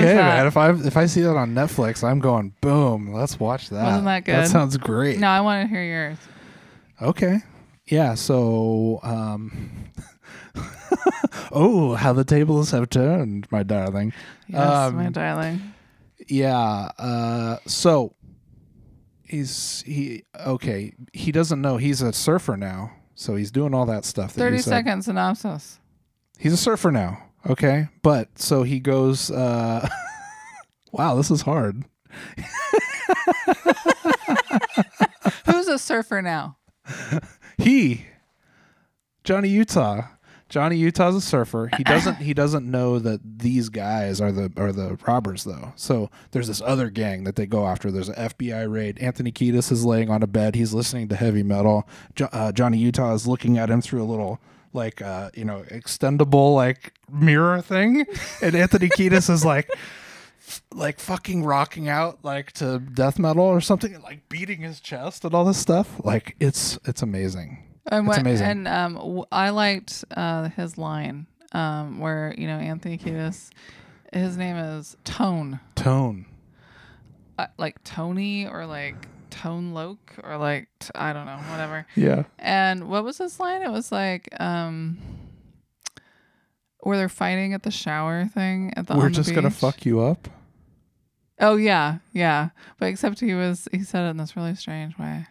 Speaker 1: Okay,
Speaker 2: Oh, that?
Speaker 1: man. If I if I see that on Netflix, I'm going boom. Let's watch that.
Speaker 2: Wasn't that
Speaker 1: That
Speaker 2: good?
Speaker 1: sounds great.
Speaker 2: No, I want to hear yours.
Speaker 1: Okay. Yeah, so um Oh, how the tables have turned, my darling.
Speaker 2: Yes, my
Speaker 1: Um,
Speaker 2: darling.
Speaker 1: Yeah, uh so he's he okay, he doesn't know he's a surfer now. So he's doing all that stuff that
Speaker 2: 30
Speaker 1: you said.
Speaker 2: second synopsis.
Speaker 1: He's a surfer now, okay? But so he goes uh Wow, this is hard.
Speaker 2: Who's a surfer now?
Speaker 1: he johnny utah johnny utah's a surfer he doesn't he doesn't know that these guys are the are the robbers though so there's this other gang that they go after there's an fbi raid anthony Kiedis is laying on a bed he's listening to heavy metal jo- uh, johnny utah is looking at him through a little like uh you know extendable like mirror thing and anthony Kiedis is like like fucking rocking out like to death metal or something and like beating his chest and all this stuff like it's it's amazing
Speaker 2: And
Speaker 1: It's
Speaker 2: what-
Speaker 1: amazing.
Speaker 2: And um, w- I liked uh, his line um, where you know Anthony Kiedis, his name is Tone,
Speaker 1: Tone.
Speaker 2: uh, like Tony or like Tone Loke or like t- I don't know, whatever.
Speaker 1: Yeah.
Speaker 2: And what was his line? It was like, um, where they're fighting at the shower thing at the.
Speaker 1: We're
Speaker 2: on the
Speaker 1: just gonna
Speaker 2: beach.
Speaker 1: fuck you up.
Speaker 2: Oh yeah, yeah. But except he was he said it in this really strange way.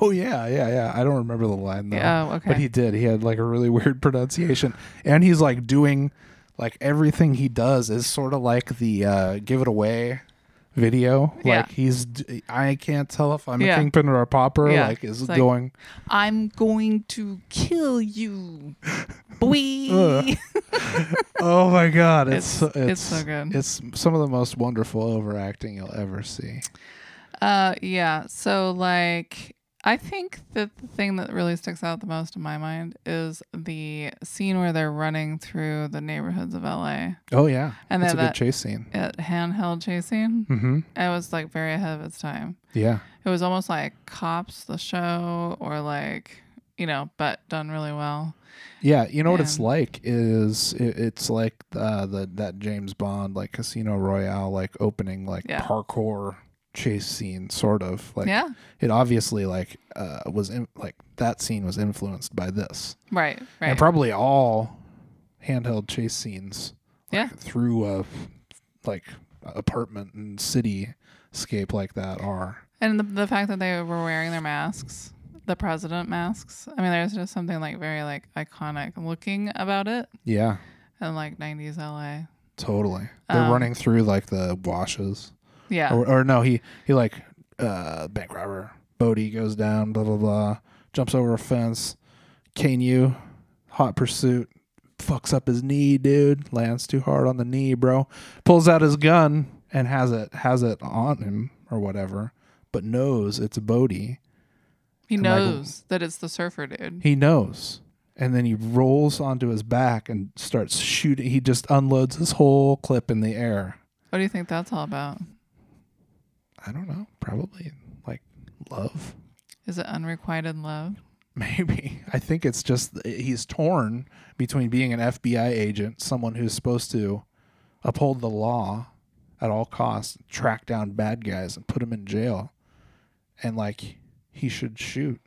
Speaker 1: Oh yeah, yeah, yeah. I don't remember the line though.
Speaker 2: Yeah, oh, okay.
Speaker 1: But he did. He had like a really weird pronunciation. And he's like doing like everything he does is sort of like the uh give it away video.
Speaker 2: Yeah.
Speaker 1: Like he's d- I can't tell if I'm
Speaker 2: Yeah.
Speaker 1: a kingpin or a pauper.
Speaker 2: Yeah.
Speaker 1: Like is
Speaker 2: It's like-
Speaker 1: going
Speaker 2: I'm going to kill you, boy.
Speaker 1: Ugh. Oh my god,
Speaker 2: It's-
Speaker 1: it's
Speaker 2: it's
Speaker 1: it's,
Speaker 2: so good.
Speaker 1: It's some of the most wonderful overacting you'll ever see.
Speaker 2: Uh, yeah. So like, I think that the thing that really sticks out the most in my mind is the scene where they're running through the neighborhoods of LA
Speaker 1: Oh yeah,
Speaker 2: And
Speaker 1: it's a
Speaker 2: then that-
Speaker 1: good chase scene.
Speaker 2: at handheld chasing.
Speaker 1: Mm-hmm.
Speaker 2: It was like very ahead of its time.
Speaker 1: Yeah,
Speaker 2: It was almost like Cops, the show, or like you know, but done really well.
Speaker 1: yeah. You know what it's
Speaker 2: And-
Speaker 1: like is it, it's like uh, the that James Bond like Casino Royale like opening like
Speaker 2: Yeah.
Speaker 1: parkour chase scene sort of like
Speaker 2: yeah.
Speaker 1: it obviously like uh was in, like that scene was influenced by this
Speaker 2: Right. Right.
Speaker 1: and probably all handheld chase scenes
Speaker 2: Yeah.
Speaker 1: like, through a like apartment and city scape like that are
Speaker 2: And the, the fact that they were wearing their masks, the president masks. I mean, there's just something like very like iconic looking about it,
Speaker 1: yeah
Speaker 2: and like '90s LA.
Speaker 1: totally they're
Speaker 2: Um,
Speaker 1: running through like the washes
Speaker 2: Yeah,
Speaker 1: or, or no he he like uh bank robber bodie goes down blah blah blah jumps over a fence cane you hot pursuit fucks up his knee dude lands too hard on the knee bro pulls out his gun and has it has it on him or whatever but knows it's bodie
Speaker 2: he
Speaker 1: and, like,
Speaker 2: knows that it's the surfer dude.
Speaker 1: He knows. And then he rolls onto his back and starts shooting. He just unloads his whole clip in the air.
Speaker 2: What do you think that's all about?
Speaker 1: I don't know. Probably like love.
Speaker 2: Is it unrequited love?
Speaker 1: Maybe. I think it's just he's torn between being an FBI agent, someone who's supposed to uphold the law at all costs, track down bad guys and put them in jail. And like he should shoot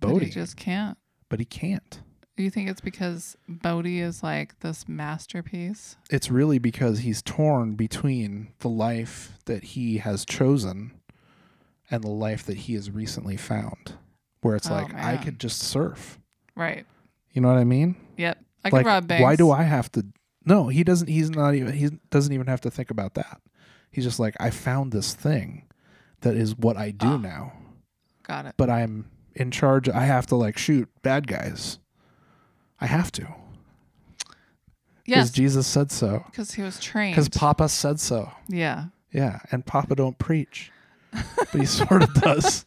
Speaker 2: But
Speaker 1: Bodie,
Speaker 2: he just can't.
Speaker 1: but he can't.
Speaker 2: Do you think it's because Bodhi is like this masterpiece?
Speaker 1: it's really because he's torn between the life that he has chosen and the life that he has recently found where it's
Speaker 2: Oh,
Speaker 1: like i
Speaker 2: man.
Speaker 1: could just surf
Speaker 2: Right.
Speaker 1: you know what i mean
Speaker 2: Yep. I
Speaker 1: like
Speaker 2: could rob banks.
Speaker 1: why do i have to no he doesn't he's not even he doesn't even have to think about that he's just like i found this thing that is what i do
Speaker 2: Ah.
Speaker 1: now
Speaker 2: Got it.
Speaker 1: but i'm in charge i have to like shoot bad guys i have to because
Speaker 2: Yes,
Speaker 1: jesus said so
Speaker 2: because he was trained.
Speaker 1: because papa said so
Speaker 2: yeah.
Speaker 1: Yeah, and Papa don't preach, but he sort of does.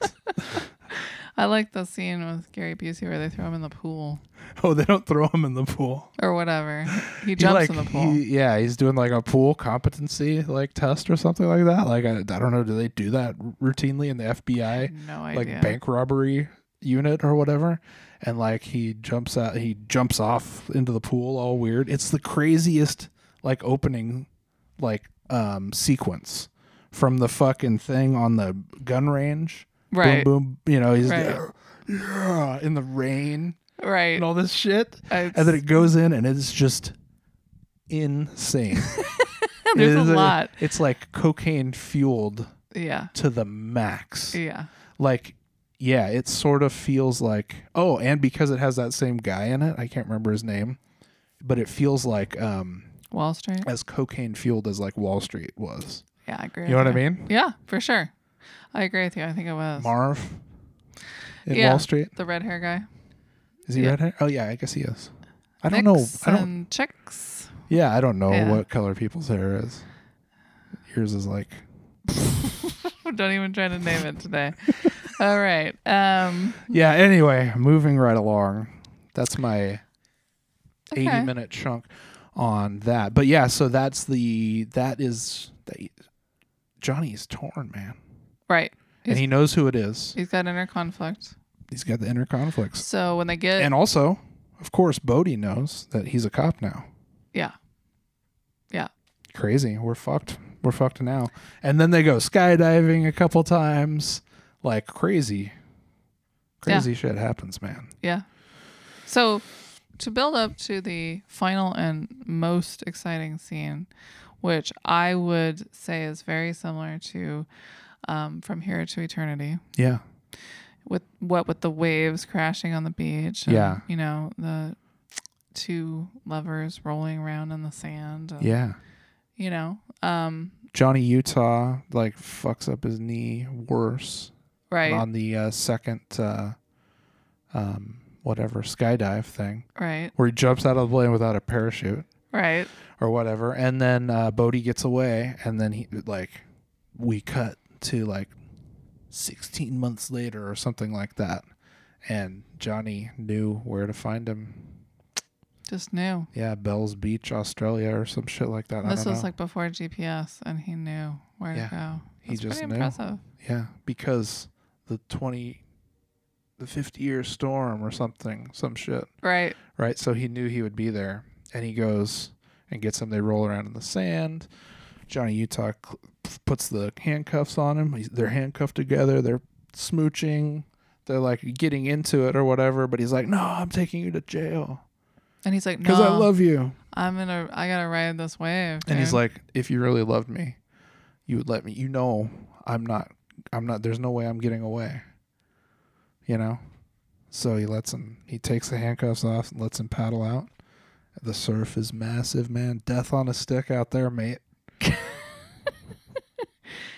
Speaker 2: I like the scene with Gary Busey where they throw him in the pool
Speaker 1: Oh, they don't throw him in the pool.
Speaker 2: or whatever. He
Speaker 1: He, like,
Speaker 2: jumps in the pool.
Speaker 1: he- yeah, he's doing like a pool competency like test or something like that. Like I, I don't know, do they do that r- routinely in the FBI
Speaker 2: no idea.
Speaker 1: like bank robbery unit or whatever? And like he jumps out, he jumps off into the pool all weird. It's the craziest like opening like um sequence from the fucking thing on the gun range
Speaker 2: right.
Speaker 1: boom boom you know he's
Speaker 2: Right.
Speaker 1: there, yeah, in the rain
Speaker 2: Right.
Speaker 1: and all this shit
Speaker 2: It's-
Speaker 1: and then it goes in and it's just insane It
Speaker 2: there's a
Speaker 1: is
Speaker 2: lot.
Speaker 1: it's like cocaine fueled
Speaker 2: yeah.
Speaker 1: to the max
Speaker 2: Yeah.
Speaker 1: like yeah it sort of feels like oh and because it has that same guy in it i can't remember his name but it feels like um
Speaker 2: Wall Street.
Speaker 1: as cocaine fueled as like wall street was
Speaker 2: Yeah, I agree.
Speaker 1: you know
Speaker 2: with
Speaker 1: what i mean
Speaker 2: Yeah, for sure. I agree with you. I think it was
Speaker 1: marv in
Speaker 2: Yeah.
Speaker 1: wall street
Speaker 2: the red hair guy.
Speaker 1: Is he
Speaker 2: Yeah.
Speaker 1: red hair? Oh yeah, I guess he is. I don't know. I don't.
Speaker 2: Nixon chicks.
Speaker 1: Yeah, I don't know
Speaker 2: Yeah.
Speaker 1: what color people's hair is. Yours is like
Speaker 2: Don't even try to name it today. All right. Um,
Speaker 1: yeah. Anyway, moving right along. That's my
Speaker 2: Okay.
Speaker 1: eighty-minute chunk on that. But yeah, so that's the that is that Johnny is torn, man,
Speaker 2: right.
Speaker 1: and he knows who it is.
Speaker 2: He's got inner conflict.
Speaker 1: he's got the inner conflicts.
Speaker 2: So when they get
Speaker 1: And also, of course, Bodie knows that he's a cop now.
Speaker 2: yeah,
Speaker 1: Crazy. We're fucked. We're fucked now. And then they go skydiving a couple times. Like crazy. Crazy shit happens, man.
Speaker 2: yeah. So to build up to the final and most exciting scene, which I would say is very similar to um, From Here to Eternity,
Speaker 1: Yeah.
Speaker 2: with what with the waves crashing on the beach. and,
Speaker 1: Yeah.
Speaker 2: You know, the two lovers rolling around in the sand. and,
Speaker 1: Yeah.
Speaker 2: You know, um,
Speaker 1: Johnny Utah like fucks up his knee worse
Speaker 2: right,
Speaker 1: on the uh, second uh, um, whatever skydive thing
Speaker 2: right,
Speaker 1: where he jumps out of the plane without a parachute
Speaker 2: right.
Speaker 1: or whatever, and then uh, Bodhi gets away, and then he like we cut to like sixteen months later or something like that, and Johnny knew where to find him.
Speaker 2: Just knew.
Speaker 1: Yeah, Bell's Beach, Australia, or some shit like that. I
Speaker 2: This
Speaker 1: don't
Speaker 2: was
Speaker 1: know.
Speaker 2: like before GPS, and he knew where
Speaker 1: Yeah.
Speaker 2: to go.
Speaker 1: He
Speaker 2: That's
Speaker 1: just
Speaker 2: pretty
Speaker 1: knew.
Speaker 2: impressive.
Speaker 1: Yeah, because the 20 the 50 year storm or something, some shit,
Speaker 2: Right.
Speaker 1: right? So he knew he would be there and he goes and gets him they roll around in the sand. Johnny Utah cl- puts the handcuffs on him. He's, they're handcuffed together. They're smooching. They're like getting into it or whatever, but he's like, "No, I'm taking you to jail
Speaker 2: And he's like, no,
Speaker 1: cuz I love you."
Speaker 2: I'm gonna, I gotta ride this wave.
Speaker 1: And he's
Speaker 2: dude."
Speaker 1: like, "If you really loved me, you would let me. You know, I'm not. I'm not. There's no way I'm getting away. You know." So he lets him. He takes the handcuffs off and lets him paddle out. The surf is massive, man. Death on a stick out there, mate.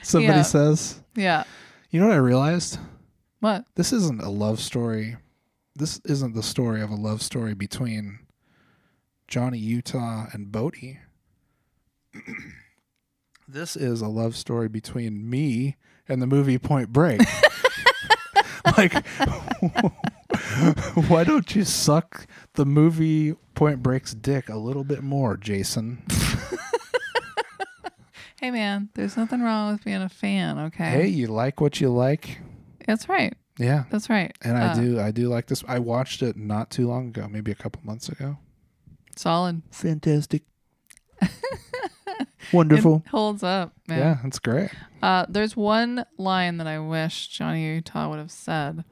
Speaker 1: Somebody
Speaker 2: Yeah.
Speaker 1: says,
Speaker 2: yeah,
Speaker 1: "You know what I realized?
Speaker 2: what?
Speaker 1: This isn't a love story. This isn't the story of a love story between Johnny Utah and Bodie. this is a love story between me and the movie Point Break. like, why don't you suck the movie Point Break's dick a little bit more, Jason?
Speaker 2: Hey man, there's nothing wrong with being a fan. Okay.
Speaker 1: hey, you like what you like?
Speaker 2: That's right.
Speaker 1: Yeah.
Speaker 2: That's right.
Speaker 1: And I
Speaker 2: Uh,
Speaker 1: do, I do like this. I watched it not too long ago, maybe a couple months ago.
Speaker 2: Solid.
Speaker 1: Fantastic.
Speaker 2: It
Speaker 1: Wonderful.
Speaker 2: holds up, man.
Speaker 1: yeah, that's great.
Speaker 2: Uh, there's one line that I wish Johnny Utah would have said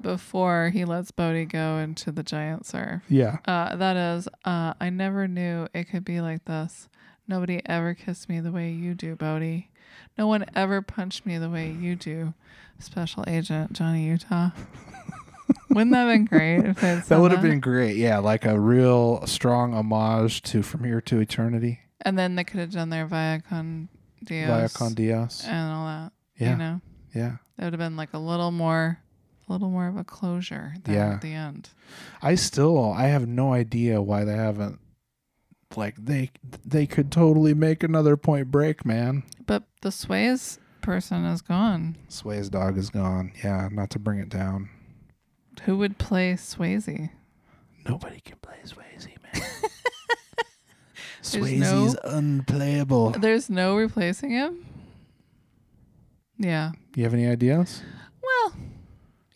Speaker 2: before he lets Bodhi go into the giant surf.
Speaker 1: Yeah.
Speaker 2: Uh, that is, uh, I never knew it could be like this. Nobody ever kissed me the way you do, Bodie. No one ever punched me the way you do, Special Agent Johnny Utah. Wouldn't that have been great if they'd said
Speaker 1: That would have been great. Yeah, like a real strong homage to From Here to Eternity
Speaker 2: And then they could have done their Via Con Dios
Speaker 1: via Con Dios.
Speaker 2: and all that.
Speaker 1: Yeah.
Speaker 2: Uh, You know,
Speaker 1: Yeah.
Speaker 2: that would have been like a little more, a little more of a closure there
Speaker 1: Yeah.
Speaker 2: at the end.
Speaker 1: I still I have no idea why they haven't like they they could totally make another point break, man.
Speaker 2: But the Sways person is gone.
Speaker 1: Sway's dog is gone. Yeah, not to bring it down.
Speaker 2: Who would play Swayze?
Speaker 1: Nobody can play Swayze, man.
Speaker 2: There's no-
Speaker 1: Swayze's unplayable.
Speaker 2: There's no replacing him. Yeah.
Speaker 1: You have any ideas?
Speaker 2: Well,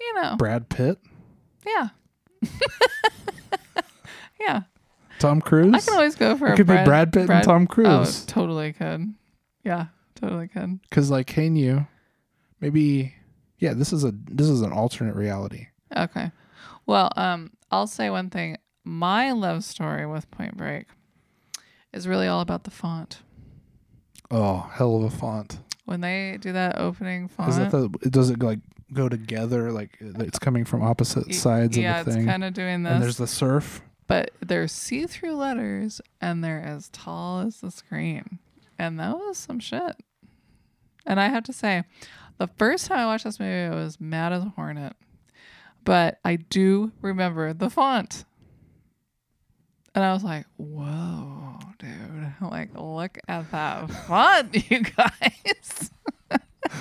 Speaker 2: you know.
Speaker 1: Brad Pitt?
Speaker 2: Yeah. yeah.
Speaker 1: Tom Cruise?
Speaker 2: I can always go for
Speaker 1: it
Speaker 2: a
Speaker 1: could be
Speaker 2: Brad,
Speaker 1: Brad Pitt and Tom
Speaker 2: Oh,
Speaker 1: Cruise.
Speaker 2: totally could. Yeah, totally could.
Speaker 1: Because like Can You, maybe yeah, this is a this is an alternate reality.
Speaker 2: Okay. Well, um, I'll say one thing. My love story with Point Break is really all about the font.
Speaker 1: Oh, hell of a font.
Speaker 2: When they do that opening font,
Speaker 1: Is that the it does it like go together like uh, it's coming from opposite
Speaker 2: y-
Speaker 1: sides
Speaker 2: yeah,
Speaker 1: of the thing.
Speaker 2: it's kind of doing
Speaker 1: and there's
Speaker 2: this,
Speaker 1: the surf.
Speaker 2: but they're see-through letters and they're as tall as the screen, and that was some shit. And I have to say, the first time I watched this movie, I was mad as a hornet, but I do remember the font, and I was like, "Whoa, dude! Like, look at that font, you guys." and-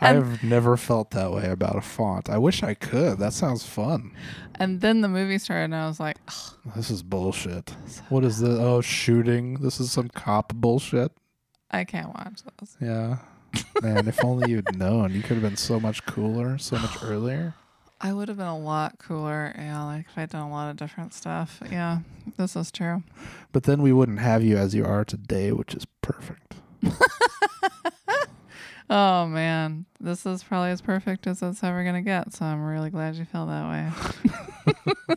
Speaker 1: I've never felt that way about a font. I wish I could. That sounds fun.
Speaker 2: And then the movie started, and I was like, "Ugh,
Speaker 1: This is bullshit. What is this? Oh, shooting. This is some cop bullshit.
Speaker 2: "I can't watch this."
Speaker 1: Yeah. Man, if only you'd known, you could have been so much cooler, so much earlier.
Speaker 2: I would have been a lot cooler. Yeah, like if I'd done a lot of different stuff. Yeah, this is true.
Speaker 1: But then we wouldn't have you as you are today, which is perfect.
Speaker 2: Oh man, this is probably as perfect as it's ever gonna get. So I'm really glad you feel that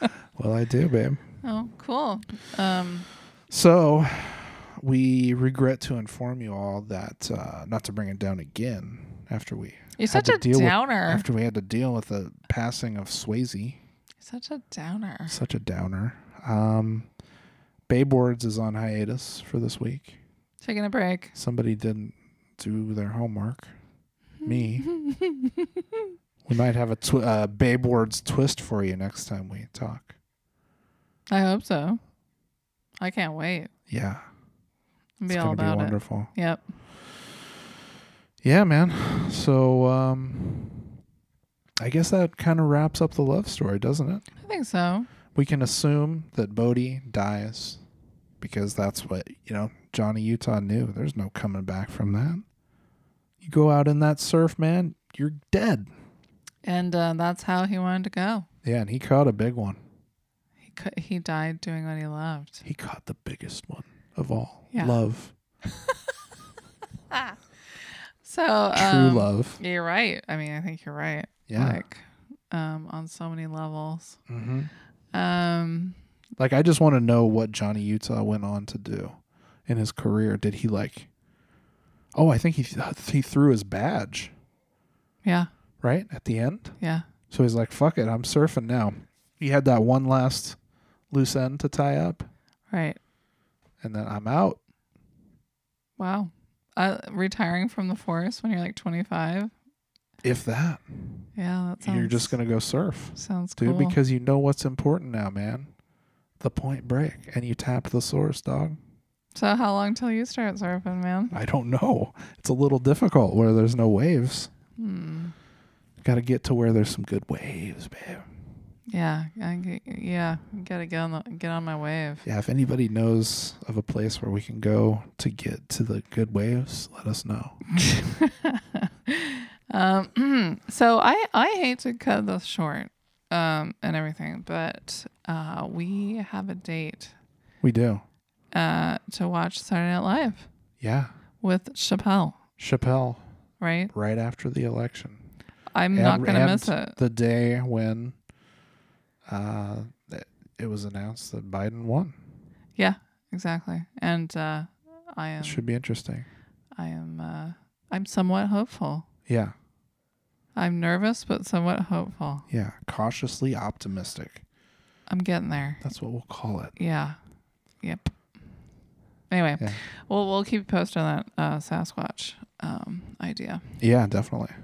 Speaker 2: way.
Speaker 1: Well, I do, babe.
Speaker 2: Oh, cool. Um,
Speaker 1: So, we regret to inform you all that uh, not to bring it down again after we
Speaker 2: you're
Speaker 1: Had
Speaker 2: such
Speaker 1: to
Speaker 2: a
Speaker 1: deal with-
Speaker 2: downer.
Speaker 1: after we had to deal with the passing of Swayze.
Speaker 2: such a downer.
Speaker 1: Such a downer. Um, Babe Words is on hiatus for this week.
Speaker 2: Taking a break.
Speaker 1: Somebody didn't do their homework. Me. we might have a tw- uh, Babe Words twist for you next time we talk.
Speaker 2: I hope so. I can't wait.
Speaker 1: Yeah,
Speaker 2: It'll
Speaker 1: it's
Speaker 2: Be all
Speaker 1: gonna be
Speaker 2: about it.
Speaker 1: wonderful.
Speaker 2: Yep.
Speaker 1: Yeah, man. So, um, I guess that kind of wraps up the love story, doesn't it?
Speaker 2: I think so.
Speaker 1: We can assume that Bodhi dies because that's what, you know, Johnny Utah knew. There's no coming back from that. You go out in that surf, man, you're dead.
Speaker 2: And uh, that's how he wanted to go.
Speaker 1: Yeah, and he caught a big one.
Speaker 2: He cou- he died doing what he loved.
Speaker 1: He caught the biggest one of all
Speaker 2: Yeah.
Speaker 1: love,
Speaker 2: So
Speaker 1: true
Speaker 2: um,
Speaker 1: love.
Speaker 2: You're right. I mean, I think you're right.
Speaker 1: Yeah. Like,
Speaker 2: Like, um, on so many levels.
Speaker 1: hmm
Speaker 2: Um,
Speaker 1: like, I just want to know what Johnny Utah went on to do in his career. Did he, like, oh, I think he, th- he threw his badge,
Speaker 2: yeah,
Speaker 1: right? At the end?
Speaker 2: yeah.
Speaker 1: So he's like, fuck it, I'm surfing now. He had that one last loose end to tie up,
Speaker 2: Right.
Speaker 1: and then I'm out.
Speaker 2: Wow. Uh, retiring from the forest when you're like 25.
Speaker 1: If that,
Speaker 2: Yeah, that sounds.
Speaker 1: you're just going to go surf,
Speaker 2: sounds
Speaker 1: dude,
Speaker 2: cool.
Speaker 1: because you know what's important now, man. The point break, and you tapped the source, dog.
Speaker 2: so how long till you start surfing, man?
Speaker 1: I don't know. It's a little difficult where there's no waves.
Speaker 2: Hmm.
Speaker 1: Got to get to where there's some good waves, babe.
Speaker 2: Yeah, I g- yeah. Gotta get on the get on my wave.
Speaker 1: Yeah, if anybody knows of a place where we can go to get to the good waves, let us know.
Speaker 2: Um, so I I hate to cut this short, um, and everything, but uh, we have a date
Speaker 1: We do.
Speaker 2: uh to watch Saturday Night Live
Speaker 1: Yeah.
Speaker 2: with Chappelle.
Speaker 1: Chappelle,
Speaker 2: Right?
Speaker 1: right after the election.
Speaker 2: I'm
Speaker 1: And-
Speaker 2: not gonna
Speaker 1: and
Speaker 2: miss it.
Speaker 1: The day when uh, it- it was announced that Biden won.
Speaker 2: Yeah, exactly. And uh, I am
Speaker 1: It should be interesting.
Speaker 2: I am uh, I'm somewhat hopeful.
Speaker 1: Yeah,
Speaker 2: I'm nervous but somewhat hopeful.
Speaker 1: yeah. Cautiously optimistic.
Speaker 2: I'm getting there.
Speaker 1: That's what we'll call it.
Speaker 2: Yeah. Yep. Anyway,
Speaker 1: Yeah.
Speaker 2: we'll we'll keep posted on that uh, Sasquatch um, idea.
Speaker 1: Yeah, definitely.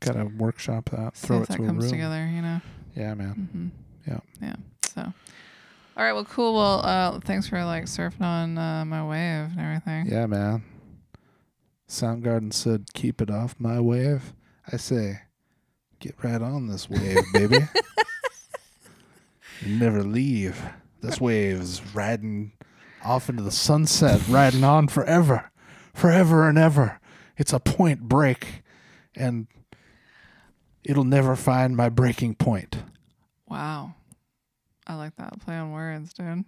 Speaker 1: Got to workshop that.
Speaker 2: See
Speaker 1: Throw
Speaker 2: if
Speaker 1: it
Speaker 2: that
Speaker 1: to a room.
Speaker 2: comes together, you know.
Speaker 1: Yeah, man.
Speaker 2: hmm
Speaker 1: Yeah.
Speaker 2: Yeah. So. All right. Well, cool. Well, uh, thanks for like surfing on uh, my wave and everything.
Speaker 1: Yeah, man. Soundgarden said, "Keep it off my wave." I say, "Get right on this wave, baby. You Never leave. This wave's riding off into the sunset, riding on forever, forever and ever. It's a point break, and it'll never find my breaking point."
Speaker 2: Wow. I like that play on words, dude.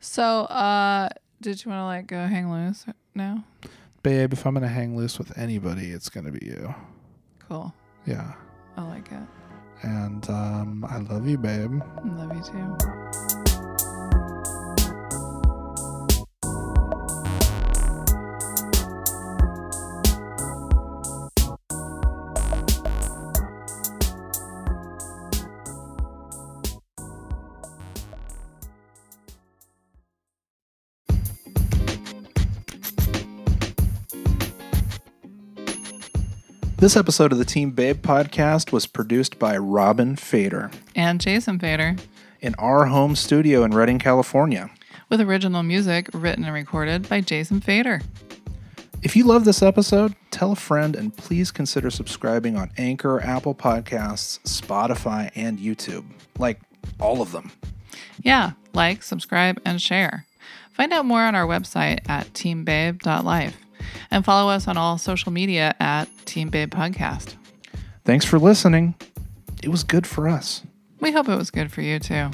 Speaker 2: So, uh, did you want to like go hang loose now?
Speaker 1: Babe, if I'm gonna hang loose with anybody, it's gonna be you.
Speaker 2: Cool.
Speaker 1: Yeah.
Speaker 2: I like it.
Speaker 1: And um, I love you, babe.
Speaker 2: Love you too.
Speaker 1: This episode of the Team Babe podcast was produced by Robin Fader
Speaker 2: And Jason Fader
Speaker 1: in our home studio in Redding, California.
Speaker 2: with original music written and recorded by Jason Fader.
Speaker 1: If you love this episode, tell a friend and please consider subscribing on Anchor, Apple Podcasts, Spotify, and YouTube. Like all of them.
Speaker 2: Yeah, like, subscribe, and share. Find out more on our website at teambabe.life and follow us on all social media at Team Babe Podcast.
Speaker 1: Thanks for listening. It was good for us.
Speaker 2: We hope it was good for you too.